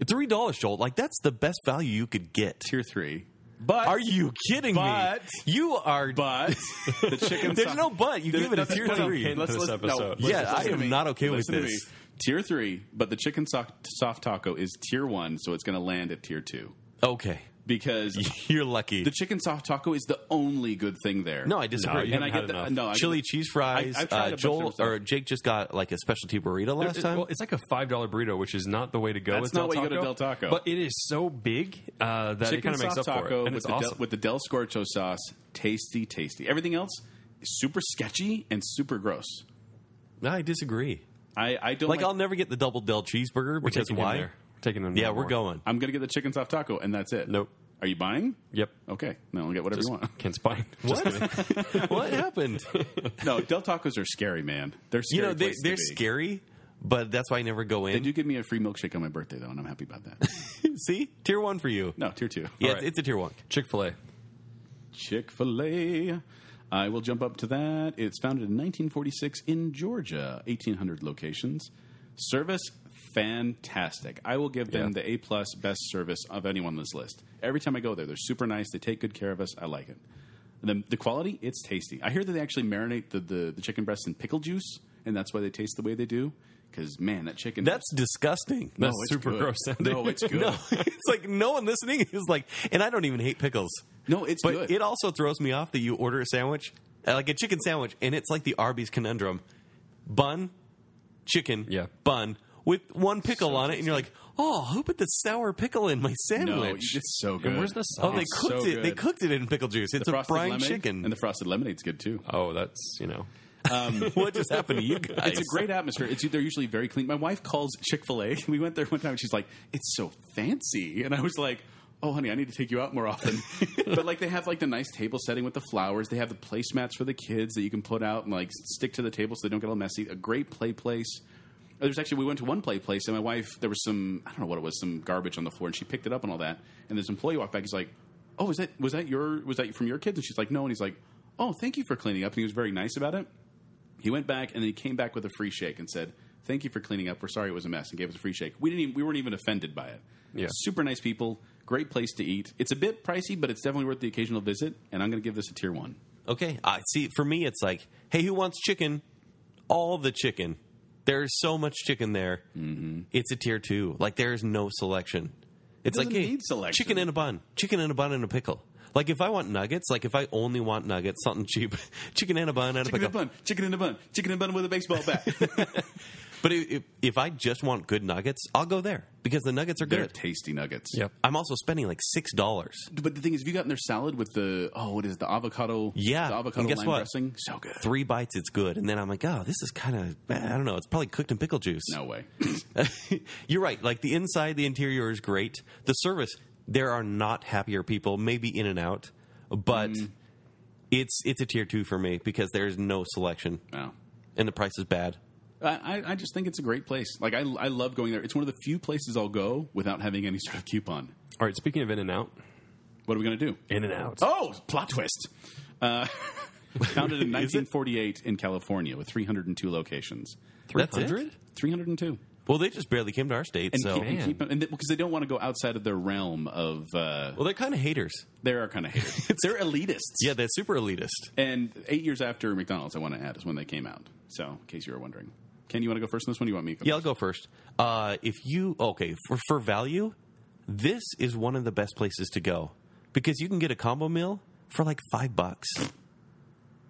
Three dollars, Joel. Like that's the best value you could get. Tier three. But Are you kidding But- me? You are. [LAUGHS] But the chicken. [LAUGHS] There's sau- no but. You give it a nothing- tier no, no, three. Let's- this episode. Yeah, listen I to am me. not okay with Listen to this. me. Tier three, but the chicken soft, soft taco is tier one, so it's going to land at tier two Okay, because you're lucky. the chicken soft taco is the only good thing there. No, I disagree. you and I get haven't the had no enough. I get chili the- cheese fries. I- I've tried a uh, bunch of Joel different stuff. or Jake just got like a specialty burrito last It- time. well, it's like a five dollar burrito, which is not the way to go. That's with not Del what you Taco, go to Del Taco. but it is so big uh, that it Chicken kind of makes up soft for taco it, and with, it's the awesome. del, with the Del Scorcho sauce, tasty, tasty. Everything else, is super sketchy and super gross. No, I disagree. I, I don't Like, like. I'll never get the double del cheeseburger we're because taking why? Him there. Taking them. Yeah, there we're more. [LAUGHS] going. I'm going to get the chicken soft taco, and that's it. Nope. Are you buying? Yep. Okay, no, I'll get whatever Just you want. can't spine. Just kidding. [LAUGHS] what happened? No, Del Tacos are scary, man. They're you scary know, they, place to they're be. scary, but that's why I never go They in. do give me a free milkshake on my birthday though, and I'm happy about that. See, tier one for you. no, tier two. Yeah, All right. it's a tier one. Chick Fil A. Chick Fil A. I will jump up to that. It's founded in 1946 in Georgia, 1,800 locations. Service fantastic. I will give them Yeah. the A plus best service of anyone on this list. Every time I go there, they're super nice. They take good care of us. I like it. The, the quality, it's tasty. I hear that they actually marinate the, the, the chicken breasts in pickle juice, and that's why they taste the way they do. Because man, that chicken That's disgusting. No, that's it's super good. gross sounding. No, [LAUGHS] it's good. [LAUGHS] No, no. it's like no one listening is like, and I don't even hate pickles. it's But good. it also throws me off that you order a sandwich, uh, like a chicken sandwich, and it's like the Arby's conundrum: bun, chicken, Yeah. bun with one pickle on it, and you're like, oh, who put the sour pickle in my no, sandwich? it's so good. And where's the oh, they sauce? it's cooked so it. They good. cooked it in pickle juice. It's a frosted brine lemonade? chicken. and the frosted lemonade's good too. Oh, that's you know. what just happened to you guys? [LAUGHS] It's a great atmosphere. It's they're usually very clean. My wife calls Chick Fil A. [LAUGHS] We went there one time. and She's like, "It's so fancy," and I was like. Oh, honey, I need to take you out more [LAUGHS] often. but like, they have like the nice table setting with the flowers. They have the placemats for the kids that you can put out and like stick to the table so they don't get all messy. A great play place. Oh, There's actually we went to one play place and my wife there was some I don't know what it was some garbage on the floor and she picked it up and all that and this employee walked back. He's like, "Oh, is that was that your was that from your kids?" And she's like, "No." And he's like, "Oh, thank you for cleaning up." And he was very nice about it. He went back and then he came back with a free shake and said, "Thank you for cleaning up. We're sorry it was a mess." And gave us a free shake. We didn't. Even, we weren't even offended by it. Yeah. Super nice people. Great place to eat. It's a bit pricey, but it's definitely worth the occasional visit. And I'm going to give this a tier one. Okay, I see. For me, it's like, hey, who wants chicken? All the chicken. There's so much chicken there. Mm-hmm. It's a tier two. Like there's no selection. It's like doesn't hey, need selection. chicken in a bun, chicken in a bun and a pickle. Like if I want nuggets, like if I only want nuggets, something cheap, [LAUGHS] chicken in a bun and a Chicken in pickle. a bun, chicken in a bun, chicken in a bun with a baseball bat. But i- if, if I just want good nuggets, I'll go there because the nuggets are They're good. tasty nuggets. Yep. I'm also spending like six dollars. But the thing is, have you gotten their salad with the oh, what is it, the avocado? Yeah, the avocado and guess lime what? dressing. So good. Three bites, it's good, and then I'm like, oh, this is kind of I don't know. It's probably cooked in pickle juice. No way. [CLEARS THROAT] [LAUGHS] You're right. Like the inside, the interior is great. The service, there are not happier people. Maybe in and out, but Mm. it's it's a tier two for me because there's no selection no. and the price is bad. I, I- I just think it's a great place. Like I, I love going there. It's one of the few places I'll go without having any sort of coupon. All right, speaking of In and Out, What are we gonna do? In and Out. Oh, plot twist. [LAUGHS] Uh, founded in 1948 in California with 302 locations. That's it? 300? 302. Well, they just barely came to our state, And so keep, and Man. keep and because they don't want to go outside of their realm of uh, well, they're kind of haters. they are kind of [LAUGHS] haters. they're elitists. Yeah, they're super elitist. And eight years after McDonald's, I want to add is when they came out. So, in case you were wondering, Ken, you want to go first on this one? or You want me? to go Yeah, I'll go first. Uh, if you okay for for value, this is one of the best places to go because you can get a combo meal for like five bucks.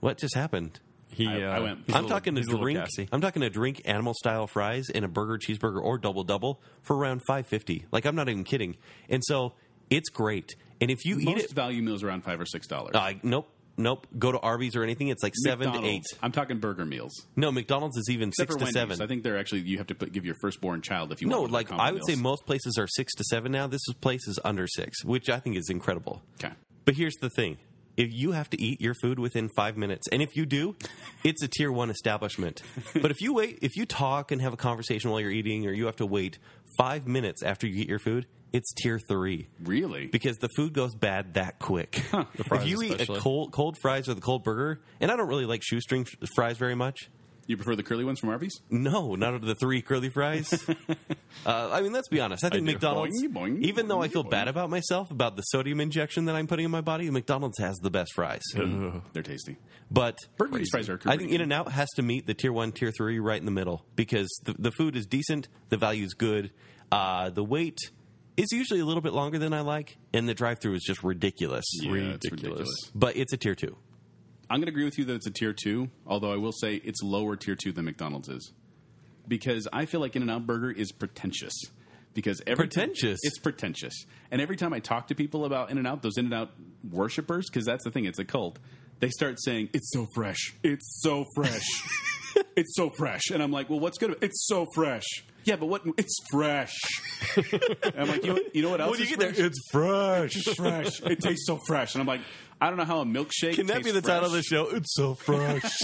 What just happened? He, I- uh, I went. he's a I'm little- talking a he's a little drink. gassy. I'm talking a drink animal style fries and a burger, cheeseburger, or double double for around five fifty. Like I'm not even kidding. And so it's great. And if you first? Most eat it, value meals are around five or six dollars. I nope, nope. Go to Arby's or anything. It's like seven to eight. I'm talking burger meals. No, McDonald's is even Except six for to Wendy's. seven. I think they're actually you have to put, give your firstborn child if you No, want. like I would say most. most places are six to seven now. This is place is under six, which I think is incredible. okay. But here's the thing: if you have to eat your food within five minutes, and if you do, it's a tier one establishment. but if you wait, if you talk and have a conversation while you're eating, or you have to wait five minutes after you eat your food, it's tier three Really? because the food goes bad that quick. if fries you eat especially. a cold cold fries or the cold burger, and I don't really like shoestring f- fries very much. you prefer the curly ones from Arby's? No, not of the three curly [LAUGHS] fries. uh, I mean, let's be honest. I think do. McDonald's, Boing, boing, even though I feel boing. bad about myself about the sodium injection that I'm putting in my body, McDonald's has the best fries. They're tasty. But Mm-hmm. Burger King's fries are. I think pretty In and Out has to meet the tier one, tier three, right in the middle because the, the food is decent, the value is good, uh, the wait is usually a little bit longer than I like, and the drive through is just ridiculous. good. Yeah, it's ridiculous. ridiculous. But it's a tier two. I'm going to agree with you that it's a tier two, although I will say it's lower tier two than McDonald's is. Because I feel like In N Out Burger is pretentious. Because every Pretentious? it's pretentious. And every time I talk to people about In N Out, those In N Out worshippers, because that's the thing, it's a cult, they start saying, It's so fresh. It's so [LAUGHS] fresh. it's so fresh. And I'm like, Well, what's good about It's so fresh. Yeah, but what? It's fresh. And I'm like, you know, you know what else? is fresh? It's [LAUGHS] fresh. It's fresh. It tastes so fresh. And I'm like, I don't know how a milkshake Can that tastes be the fresh. title of the show? It's so [LAUGHS] fresh.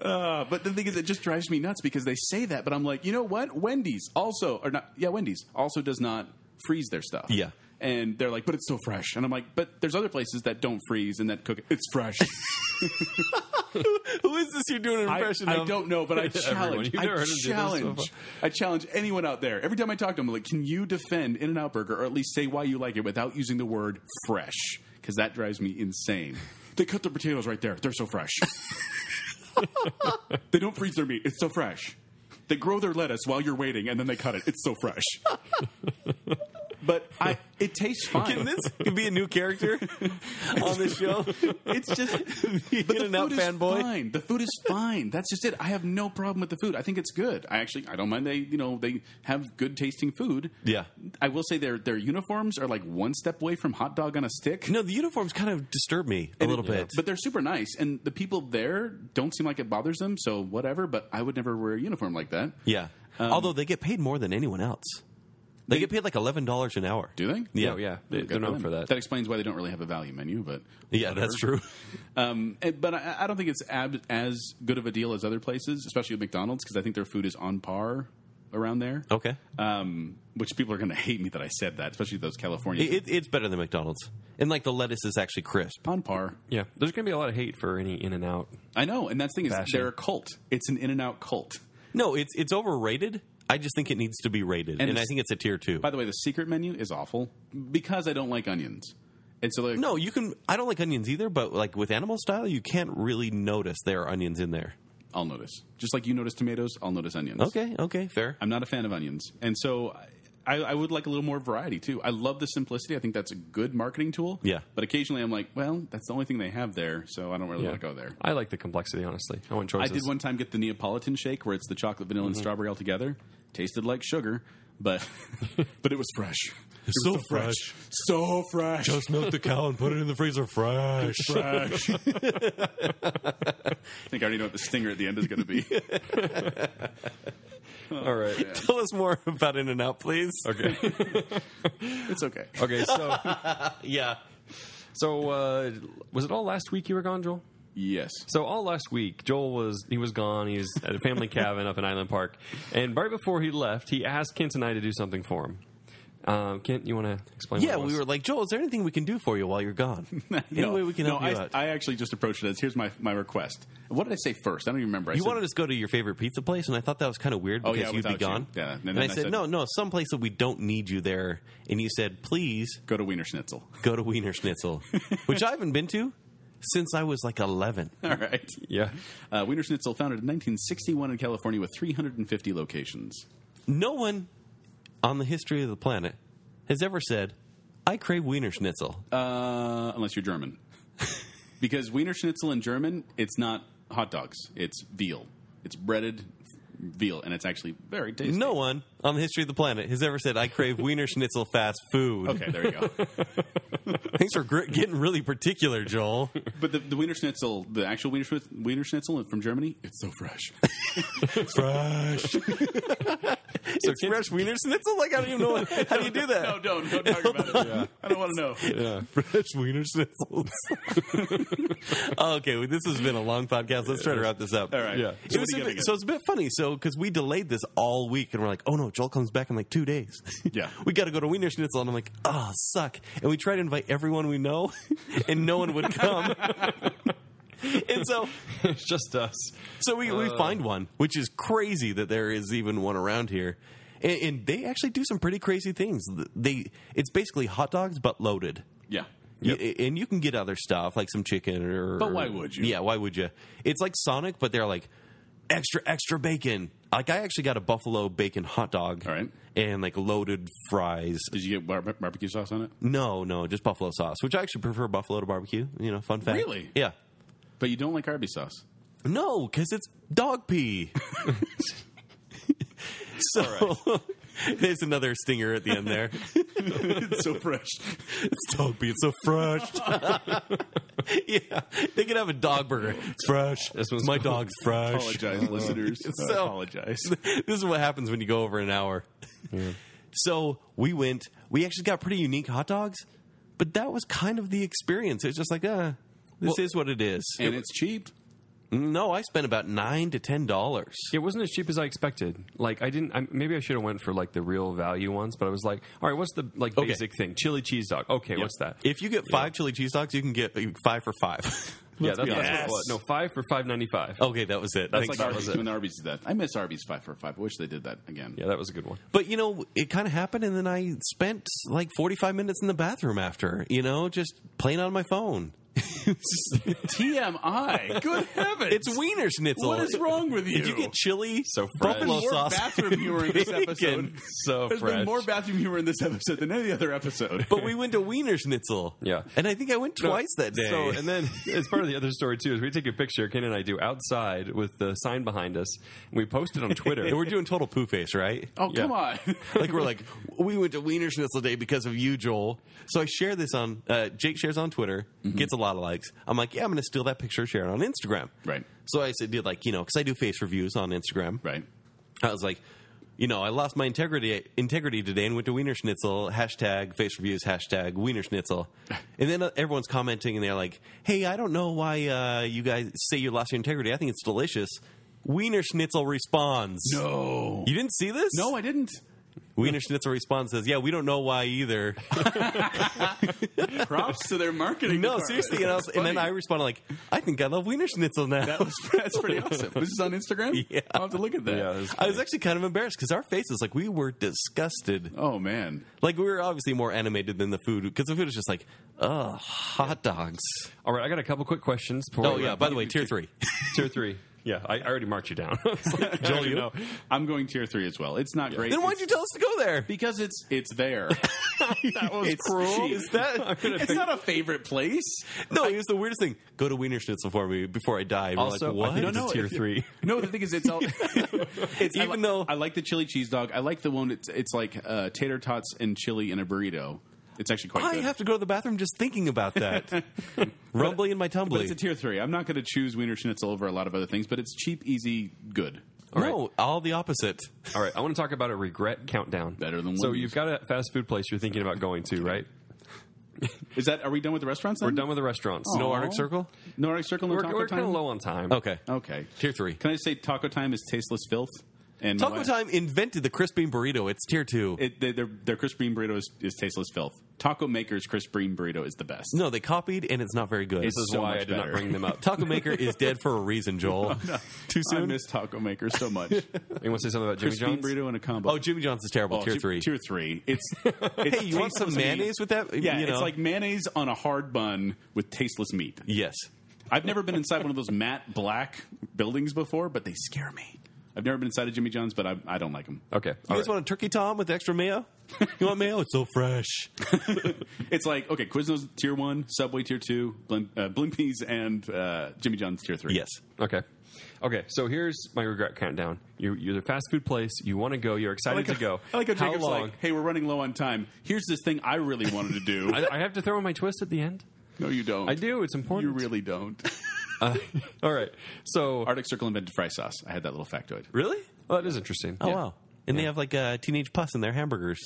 Uh, but the thing is, it just drives me nuts because they say that, but I'm like, you know what? Wendy's also, or not, yeah, Wendy's also does not freeze their stuff. Yeah. And they're like, but it's so fresh. And I'm like, but there's other places that don't freeze and that cook it. It's fresh. Who is this you're doing an I, impression I of? don't know, but I [LAUGHS] Everyone. challenge. You've never I heard him do this challenge. before. I challenge anyone out there. Every time I talk to them, I'm like, can you defend In N Out Burger or at least say why you like it without using the word fresh? Because that drives me insane. They cut their potatoes right there. They're so [LAUGHS] fresh. they don't freeze their meat. It's so fresh. They grow their lettuce while you're waiting and then they cut it. It's so [LAUGHS] fresh. but I, it tastes fine. Can this could be a new [LAUGHS] character on this show? It's just [LAUGHS] [LAUGHS] the In-N-Out food is fanboy. Fine. The food is fine. That's just it. I have no problem with the food. I think it's good. I actually I don't mind they you know they have good tasting food. Yeah. I will say their their uniforms are like one step away from hot dog on a stick. No, the uniforms kind of disturb me a little bit. But they're super nice, and the people there don't seem like it bothers them. So whatever. But I would never wear a uniform like that. yeah. Although they get paid more than anyone else. Um, They, get paid like eleven dollars an hour. Do they? Yeah, Yeah. yeah. They, they're known for that. That explains why they don't really have a value menu. But Yeah, that's true. [LAUGHS] Um, and- but I, I don't think it's ab- as good of a deal as other places, especially with McDonald's, because I think their food is on par around there. Okay. Um, which people are going to hate me that I said that, especially those California. It, it, it's better than McDonald's. And like the lettuce is actually crisp. on par. Yeah, there's going to be a lot of hate for any In and Out. I know, and that's the thing is Bashing. they're a cult. It's an in and out cult. No, it's it's overrated. I just think it needs to be rated. And, I it's- think it's a tier two. By the way, the secret menu is awful because I don't like onions, and so like, No, you can I don't like onions either, but like with animal style you can't really notice there are onions in there. I'll notice. Just like you notice tomatoes, I'll notice onions. Okay, okay, fair. I'm not a fan of onions, and so I, I would like a little more variety too. I love the simplicity. I think that's a good marketing tool. Yeah. but occasionally I'm like, well, that's the only thing they have there, so I don't really Yeah. want to go there. I like the complexity, honestly. I want I choices. did one time get the Neapolitan shake where it's the chocolate, vanilla, and Mm-hmm. strawberry all together. Tasted like sugar, [LAUGHS] but but it was fresh. It was So fresh. so fresh, Just milk the cow and put it in the freezer fresh. fresh. I think [LAUGHS] I already know what the stinger at the end is going to [LAUGHS] be. All right. Tell us more [LAUGHS] about In and Out, please. [LAUGHS] Okay. It's okay. Okay. [LAUGHS] So, Yeah. so uh, was it all last week you were gone, Joel? Yes. So all last week, Joel was he was gone. He was at a family cabin up in Island Park, and right before he left, he asked Kent and I to do something for him. Um, Kent, you want to explain? Yeah, what it we was? were like, Joel, is there anything we can do for you while you're gone? [LAUGHS] [LAUGHS] Any way we can help no, you I, out? I actually just approached it as here's my, my request. What did I say first? I don't even remember. I you said, wanted us to go to your favorite pizza place, and I thought that was kind of weird Oh, because yeah, you'd be without you. gone. Yeah, and then and, I, I said, said- no, no, someplace that we don't need you there. And you said, please go to Wiener Schnitzel. [LAUGHS] go to Wiener Schnitzel, which I haven't been to since I was like 11. All right. yeah. [LAUGHS] Uh, Wiener Schnitzel, founded in 1961 in California, with 350 locations. No one on the history of the planet has ever said, I crave Wiener Schnitzel. Uh, unless you're German. [LAUGHS] because Wiener Schnitzel in German, it's not hot dogs, it's veal. It's breaded veal, and it's actually very tasty. no one on the history of the planet has ever said, [LAUGHS] I crave Wiener Schnitzel fast food. Okay, there you go. Thanks for gr- getting really particular, [LAUGHS] Joel. but the, the Wiener Schnitzel, the actual Wiener, Schnitz- Wiener Schnitzel from Germany, it's so [LAUGHS] fresh. Fresh. so it's fresh Wiener Schnitzel? Like, I don't even know. What, how do you do that? no, don't. Don't talk about [LAUGHS] it. I don't want to know. fresh wiener [LAUGHS] schnitzels. Oh, okay, well, this has been a long podcast. Let's try to wrap this up. All right. Yeah. It So, was what a are you bit- getting at? so it's a bit funny. So because we delayed this all week, and we're like, "Oh no, Joel comes back in like two days. [LAUGHS] Yeah. we got to go to Wiener Schnitzel." And I'm like, "Ah, suck!" And we tried to invite everyone we know, [LAUGHS] and no one would come. [LAUGHS] and so, it's just us. so we, Uh. we find one, which is crazy that there is even one around here. And, and they actually do some pretty crazy things. They it's basically hot dogs but loaded. yeah. Y- and you can get other stuff like some chicken or. But why would you? Yeah, why would you? It's like Sonic, but they're like extra, extra bacon. Like I actually got a buffalo bacon hot dog. All right. And like loaded fries. Did you get bar- barbecue sauce on it? No, no, just buffalo sauce, which I actually prefer buffalo to barbecue. You know, fun fact. Really? Yeah. But you don't like Arby's sauce. No, because it's dog pee. so [LAUGHS] there's another stinger at the end there. [LAUGHS] it's so [LAUGHS] fresh. Oh, It's dog pee. It's so fresh. yeah, they could have a dog burger. It's fresh. This one's my cool. dog's fresh. Apologize, listeners. I [LAUGHS] Oh, So- apologize. [LAUGHS] this is what happens when you go over an hour. So we went. We actually got pretty unique hot dogs, but that was kind of the experience. It's just like, uh, this is what it is. And it's cheap. no, I spent about nine to ten dollars. It wasn't as cheap as I expected. Like I didn't. I, maybe I should have went for like the real value ones, but I was like, all right, what's the like Okay. basic thing? Chili cheese dog. Okay, what's that? If you get five chili cheese dogs, you can get like, five for five. [LAUGHS] yeah, that's, be that's honest. what it was. No, five for five ninety five. okay, that was it. It's Thanks. like that Arby's was it. when Arby's did that. I miss Arby's five for five. I wish they did that again. Yeah, that was a good one. But you know, it kind of happened, and then I spent like forty-five minutes in the bathroom after. You know, just playing on my phone. TMI. [LAUGHS] Good heavens. It's Wiener Schnitzel. What is wrong with you? Did you get chili? So fresh. There's been buffalo more sauce? [LAUGHS] bathroom humor in this episode. [LAUGHS] Bacon. So There's fresh. been more bathroom humor in this episode than any other episode. but we went to Wiener Schnitzel. Yeah. and I think I went [LAUGHS] twice that day. So, and then [LAUGHS] as part of the other story too is we take a picture, Ken and I do outside with the sign behind us, and we post it on [LAUGHS] Twitter. And we're doing total poo face, right? oh, yeah. come [LAUGHS] on. Like we're like, we went to Wiener Schnitzel Day because of you, Joel. So I share this on uh, Jake shares on Twitter, Mm-hmm. gets a lot of likes. I'm like, yeah, I'm going to steal that picture, share it on Instagram. Right. So I said, did like you know, because I do face reviews on Instagram. right. I was like, you know, I lost my integrity integrity today and went to Wiener Schnitzel hashtag face reviews hashtag Wiener Schnitzel, [LAUGHS] and then uh, everyone's commenting and they're like, hey, I don't know why uh, you guys say you lost your integrity. I think it's delicious. Wiener Schnitzel responds. No. You didn't see this? No, I didn't. Wiener Schnitzel responds says, "Yeah, we don't know why [LAUGHS] either." Props to their marketing. no, department. seriously. And, I [LAUGHS] was, That's and then funny. I responded like, "I think I love Wiener Schnitzel now." That was that's pretty awesome. This is on [LAUGHS] Instagram. Yeah. I'll have to look at that. Yeah, that's- [LAUGHS] I was actually kind of embarrassed because our faces, like, we were disgusted. oh man. Like we were obviously more animated than the food because the food is just like, ugh, hot dogs. All right, I got a couple quick questions. Before Oh we yeah. wrap By up. the way, tier three. tier three. Yeah, I, I already marked you down. [LAUGHS] I was like, Joel, you know, I'm going tier three as well. It's not great. Then why'd It's- you tell us to go there? Because it's it's [LAUGHS] there. that was It's [LAUGHS] cruel. cheap. [LAUGHS] Is that? it's not a favorite place. No, it was the weirdest thing. Go to Wiener Schnitzel for me before I die. And we're Also, like, what? I think No, it's no, a tier if you- [LAUGHS] three. No, the thing is, [LAUGHS] it's all. it's, I Even li- though- I like the chili cheese dog, I like the one. It's it's like uh, tater tots and chili in a burrito. It's actually quite I good. have to go to the bathroom just thinking [LAUGHS] about that. Rumbly in my but tumbly. it's a tier three. I'm not going to choose Wiener Schnitzel over a lot of other things, but it's cheap, easy, good. no, all the opposite. [LAUGHS] All right, I want to talk about a regret countdown. Better than so Wendy's. you've got a fast food place you're thinking about going to, right? Is that? Are we done with the restaurants? Then? We're done with the restaurants. Aw. No Um, Arctic Circle? No Arctic Circle. No we're taco we're time. kind of low on time. Okay. Okay. Tier three. Can I say Taco Time is tasteless filth? And Taco why- Time invented the crisp bean burrito. It's tier two. It, they, their their crisp bean burrito is, is tasteless filth. Taco Maker's crisp bean burrito is the best. no, they copied and it's not very good. [LAUGHS] This is so why I much did not better. bring them up. Taco Maker is dead for a reason, Joel. Too soon. I miss Taco Maker so [LAUGHS] much. You want to say something about Jimmy crisp bean John's? burrito and a combo. Oh, Jimmy John's is terrible. Oh, tier ti- three. Tier three. It's, it's [LAUGHS] hey, you want some tasteless meat. mayonnaise with that? Yeah, You know. it's like mayonnaise on a hard bun with tasteless meat. yes. I've never been inside one of those matte black buildings before, but they scare me. I've never been inside a Jimmy John's, but I, I don't like them. Okay. You all guys right. want a turkey tom with extra mayo? You want mayo? It's so fresh. It's like okay, Quiznos tier one, Subway tier two, Blim, uh, Blimpies, and uh, Jimmy John's tier three. Yes. Okay. Okay, so here's my regret countdown. You're, you're the fast food place. You want to go. You're I excited like to how, go. I like how, How Jacob's long? like, "Hey, we're running low on time. Here's this thing I really wanted to [LAUGHS] do." I, I have to throw in my twist at the end. no, you don't. I do. It's important. You really don't. Uh, all right. So Arctic Circle invented fry sauce. I had that little factoid. Really? well, that is interesting. Oh Yeah. wow! And they have like uh, teenage puss in their hamburgers.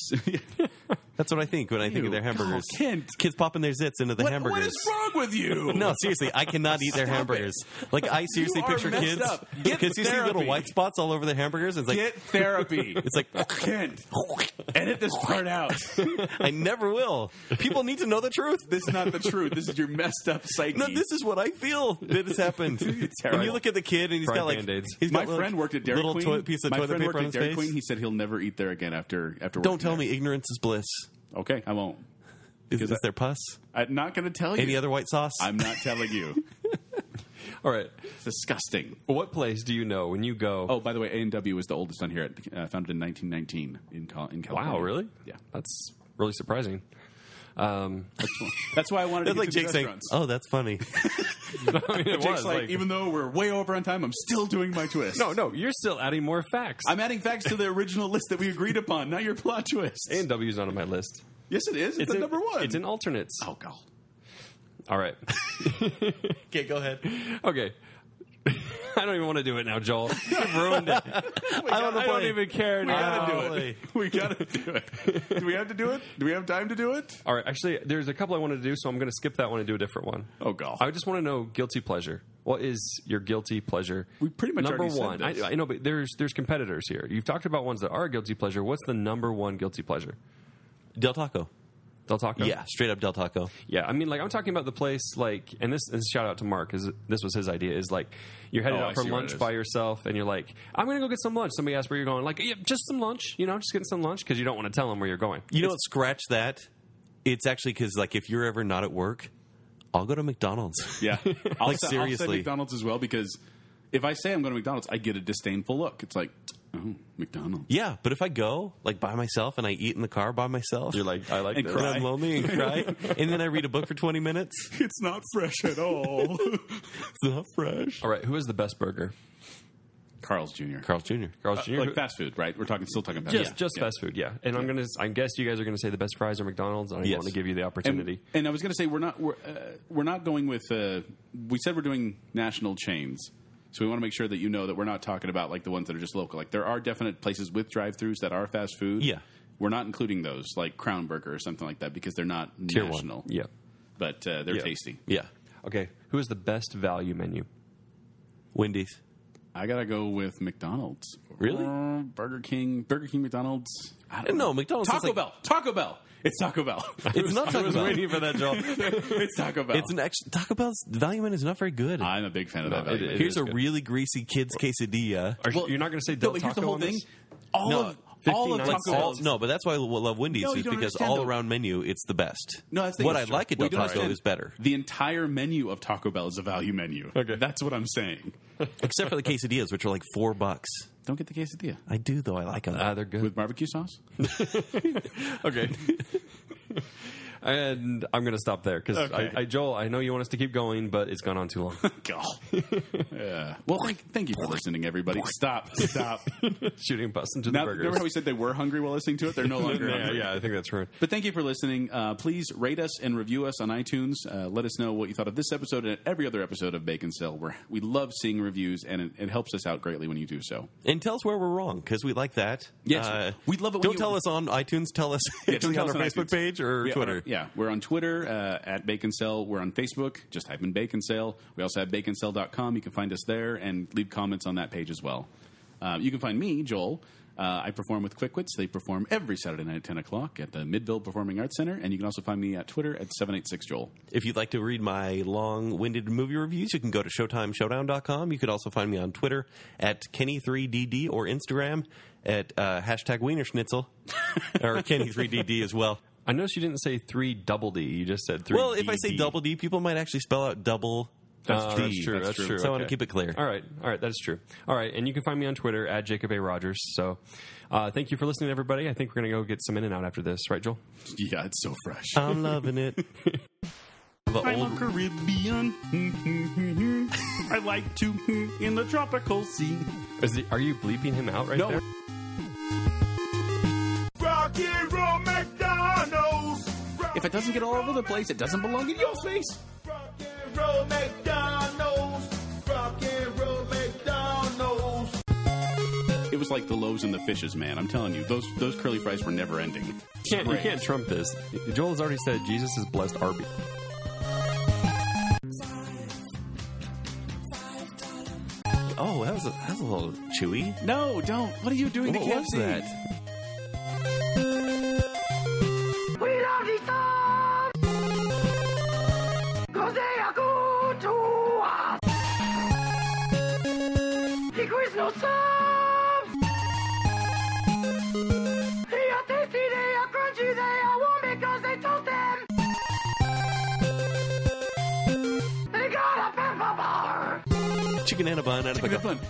That's what I think when I think Ew. of their hamburgers. Oh, Kent. Kids popping their zits into the What- hamburgers. what is wrong with you? [LAUGHS] no, seriously, I cannot eat their hamburgers. Like I seriously are picture messed kids up. Get because you see little therapy. white spots all over their hamburgers. and It's like Get therapy. [LAUGHS] it's like Kent, edit this part out. I never will. People need to know the truth. This is not the truth. This is your messed up psyche. No, this is what I feel that has happened. [LAUGHS] and you terrible. look at the kid and he's Fried got like Band-Aids. he's My got, like, friend worked at Dairy little Queen. toy- piece of My toilet friend paper worked on at his Dairy face. Queen. He said he'll never eat there again after after. Don't tell working me ignorance is bliss. there. Okay, I won't. Is, is I- there pus? I'm not going to tell you. Any other white sauce? I'm not telling you. All right. It's disgusting. What place do you know when you go? Oh, by the way, A and W is the oldest on here. It, uh, founded in 1919 in, Cal- in California. wow, really? Yeah. [LAUGHS] That's really surprising. [LAUGHS] Um, That's why I wanted that's to like get to Jake the saying, restaurants. "Oh, [LAUGHS] that's funny." I mean, it Jake's was like, like- even though we're way over on time, I'm still doing my twist. [LAUGHS] no, no, you're still adding more facts. I'm adding facts to the original list that we agreed upon, not your plot twist. A and W's not on my list. yes, it is. It's, the in- number one. It's in alternates. oh god. All right. [LAUGHS] okay, go ahead. Okay. [LAUGHS] I don't even want to do it [LAUGHS] now, Joel. You've ruined it. I don't, I don't even care We now. gotta do Golly. it. [LAUGHS] We gotta do it. Do we have to do it? Do we have time to do it? All right, actually, there's a couple I wanted to do, so I'm going to skip that one and do a different one. Oh god. I just want to know guilty pleasure. What is your guilty pleasure? We pretty much number already said one. this. I, I know, but there's there's competitors here. You've talked about ones that are guilty pleasure. What's the number one guilty pleasure? Del Taco. Del Taco. Yeah, straight up Del Taco. yeah. I mean, like I'm talking about the place, like, and this is shout out to Mark because this was his idea. Is like you're headed Oh, I out for see what it lunch is. by yourself, and you're like, I'm going to go get some lunch. Somebody asks where you're going, like, yeah, just some lunch. You know, just getting some lunch because you don't want to tell them where you're going. You know what? Scratch that. It's actually because like if you're ever not at work, I'll go to [LAUGHS] McDonald's. Yeah. I'll Like, say- I'll say seriously. McDonald's as well because if I say I'm going to McDonald's, I get a disdainful look. It's like, oh, McDonald's. yeah, but if I go like by myself and I eat in the car by myself, You're like, I like And this. and cry. I'm lonely and cry, and then I read a book for 20 minutes. It's not fresh at all. It's not fresh. All right, who is the best burger? Carl's Jr. Carl's Jr. Carl's Uh, Jr. like fast food, right? We're talking, still talking about just yeah. just Yeah. fast food, yeah. And I'm gonna, I guess you guys are gonna say the best fries are McDonald's. and I Yes. want to give you the opportunity. And, and I was going to say we're not we're, uh, we're not going with uh, we said we're doing national chains, so we want to make sure that you know that we're not talking about like the ones that are just local. Like there are definite places with drive-throughs that are fast food. Yeah. we're not including those like Crown Burger or something like that because they're not Tier one. national. yeah. but uh, they're Yeah. tasty. Yeah, Okay. Who is the best value menu? Wendy's. I gotta go with McDonald's. Really? Uh, Burger King, Burger King, McDonald's. I don't No, know. McDonald's is Taco like- Bell, Taco Bell. It's Taco Bell. It's not Taco Bell. for that job. [LAUGHS] it's Taco Bell. [LAUGHS] It's an extra, Taco Bell's value menu is not very good. I'm a big fan of No, that. it- value. it Here's is a good. really greasy kids quesadilla. Are you- you're not gonna say Del but Taco here's the whole on thing. this? All No. of all of $59 Taco Bell. All, no, but that's why I lo- love Wendy's No, you is don't because understand, all though. around menu it's the best. No, that's the what I thing. like at We Del don't Taco understand. is better, The entire menu of Taco Bell is a value menu. Okay. That's what I'm saying. except for the quesadillas, which are like four bucks. Don't get the quesadilla. I do though. I like them. Ah, they're good. With barbecue sauce? Okay. and I'm going to stop there because Okay. I, I, Joel, I know you want us to keep going, but it's gone on too long. God. [LAUGHS] yeah. Well, thank, thank you for listening, everybody. Stop. Stop. Shooting bust into the now, burgers. remember how we said they were hungry while listening to it? They're no longer [LAUGHS] yeah, hungry. yeah, I think that's right. But thank you for listening. Uh, please rate us and review us on iTunes. Uh, let us know what you thought of this episode and every other episode of Bacon Cell. Where we love seeing reviews, and it, it helps us out greatly when you do so. and tell us where we're wrong because we like that. Uh, Yes, we love it when Don't you- tell us on iTunes. [LAUGHS] Tell us don't actually tell on us our on Facebook iTunes. page or We- Twitter. yeah, we're on Twitter uh, at Bacon Cell. We're on Facebook. Just type in Bacon Cell. We also have baconcell.com. You can find us there and leave comments on that page as well. Uh, you can find me, Joel. Uh, I perform with Quickwits. They perform every Saturday night at 10 o'clock at the Midville Performing Arts Center. And you can also find me at Twitter at 786Joel. If you'd like to read my long-winded movie reviews, you can go to ShowtimeShowdown.com. You could also find me on Twitter at Kenny3DD or Instagram at uh, hashtag [LAUGHS] Wiener Schnitzel or Kenny3DD as well. I noticed you didn't say three double D. You just said three. Well, if I say DD. double D, people might actually spell out double. That's, uh, true. that's true. That's, true. So I want to Okay. keep it clear. All right. All right. That is true. All right. And you can find me on Twitter at Jacob A. Rogers. So uh, thank you for listening, everybody. I think we're going to go get some in and out after this. Right, Joel? [LAUGHS] Yeah, it's so fresh. I'm [LAUGHS] loving it. The I old- love Caribbean. I like to in the tropical sea. Is the, are you bleeping him out right No, there? Rocky Roll McDonald's. If it doesn't get all over the place, it doesn't belong in your face. Rock and roll McDonald's. Rock and roll McDonald's. It was like the loaves and the fishes, man. I'm telling you, those those curly fries were never ending. You can't, you can't trump this. Joel has already said Jesus is blessed Arby. oh, that was, a, that was a little chewy. No, don't. What are you doing What to was KFC? that? We love you so! Cause they are good to us! Because no subs! They are tasty, they are crunchy, they are warm because they toast them! They got a pepper bar! Chicken and a bun out of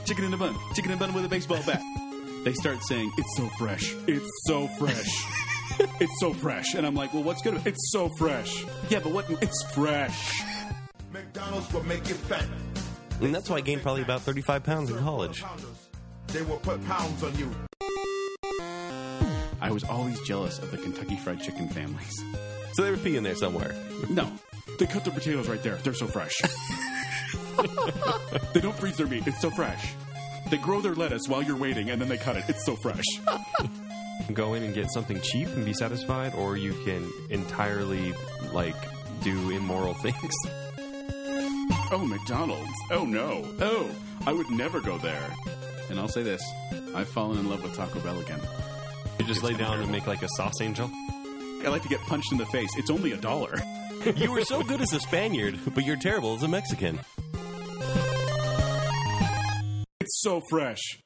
Chicken a in a bun, chicken in a bun, chicken in a bun with a baseball bat. They start saying, "It's so fresh, it's so fresh, [LAUGHS] it's so fresh," and I'm like, "Well, what's good? about- It's so fresh." Yeah, but what? It's fresh. McDonald's will make you fat. And that's why I gained probably about 35 pounds in college. They will put pounds on you. I was always jealous of the Kentucky Fried Chicken families. So there was pee in there somewhere. No, they cut their potatoes right there. They're so fresh. they don't freeze their meat. It's so fresh. They grow their lettuce while you're waiting, and then they cut it. It's so fresh. You can go in and get something cheap and be satisfied, or you can entirely like do immoral [LAUGHS] things. Oh, McDonald's. Oh, no. Oh, I would never go there. And I'll say this I've fallen in love with Taco Bell again. You just lay down and make like a sauce angel. I like to get punched in the face. It's only a dollar. [LAUGHS] You were so good as a Spaniard, but you're terrible as a Mexican. It's so fresh.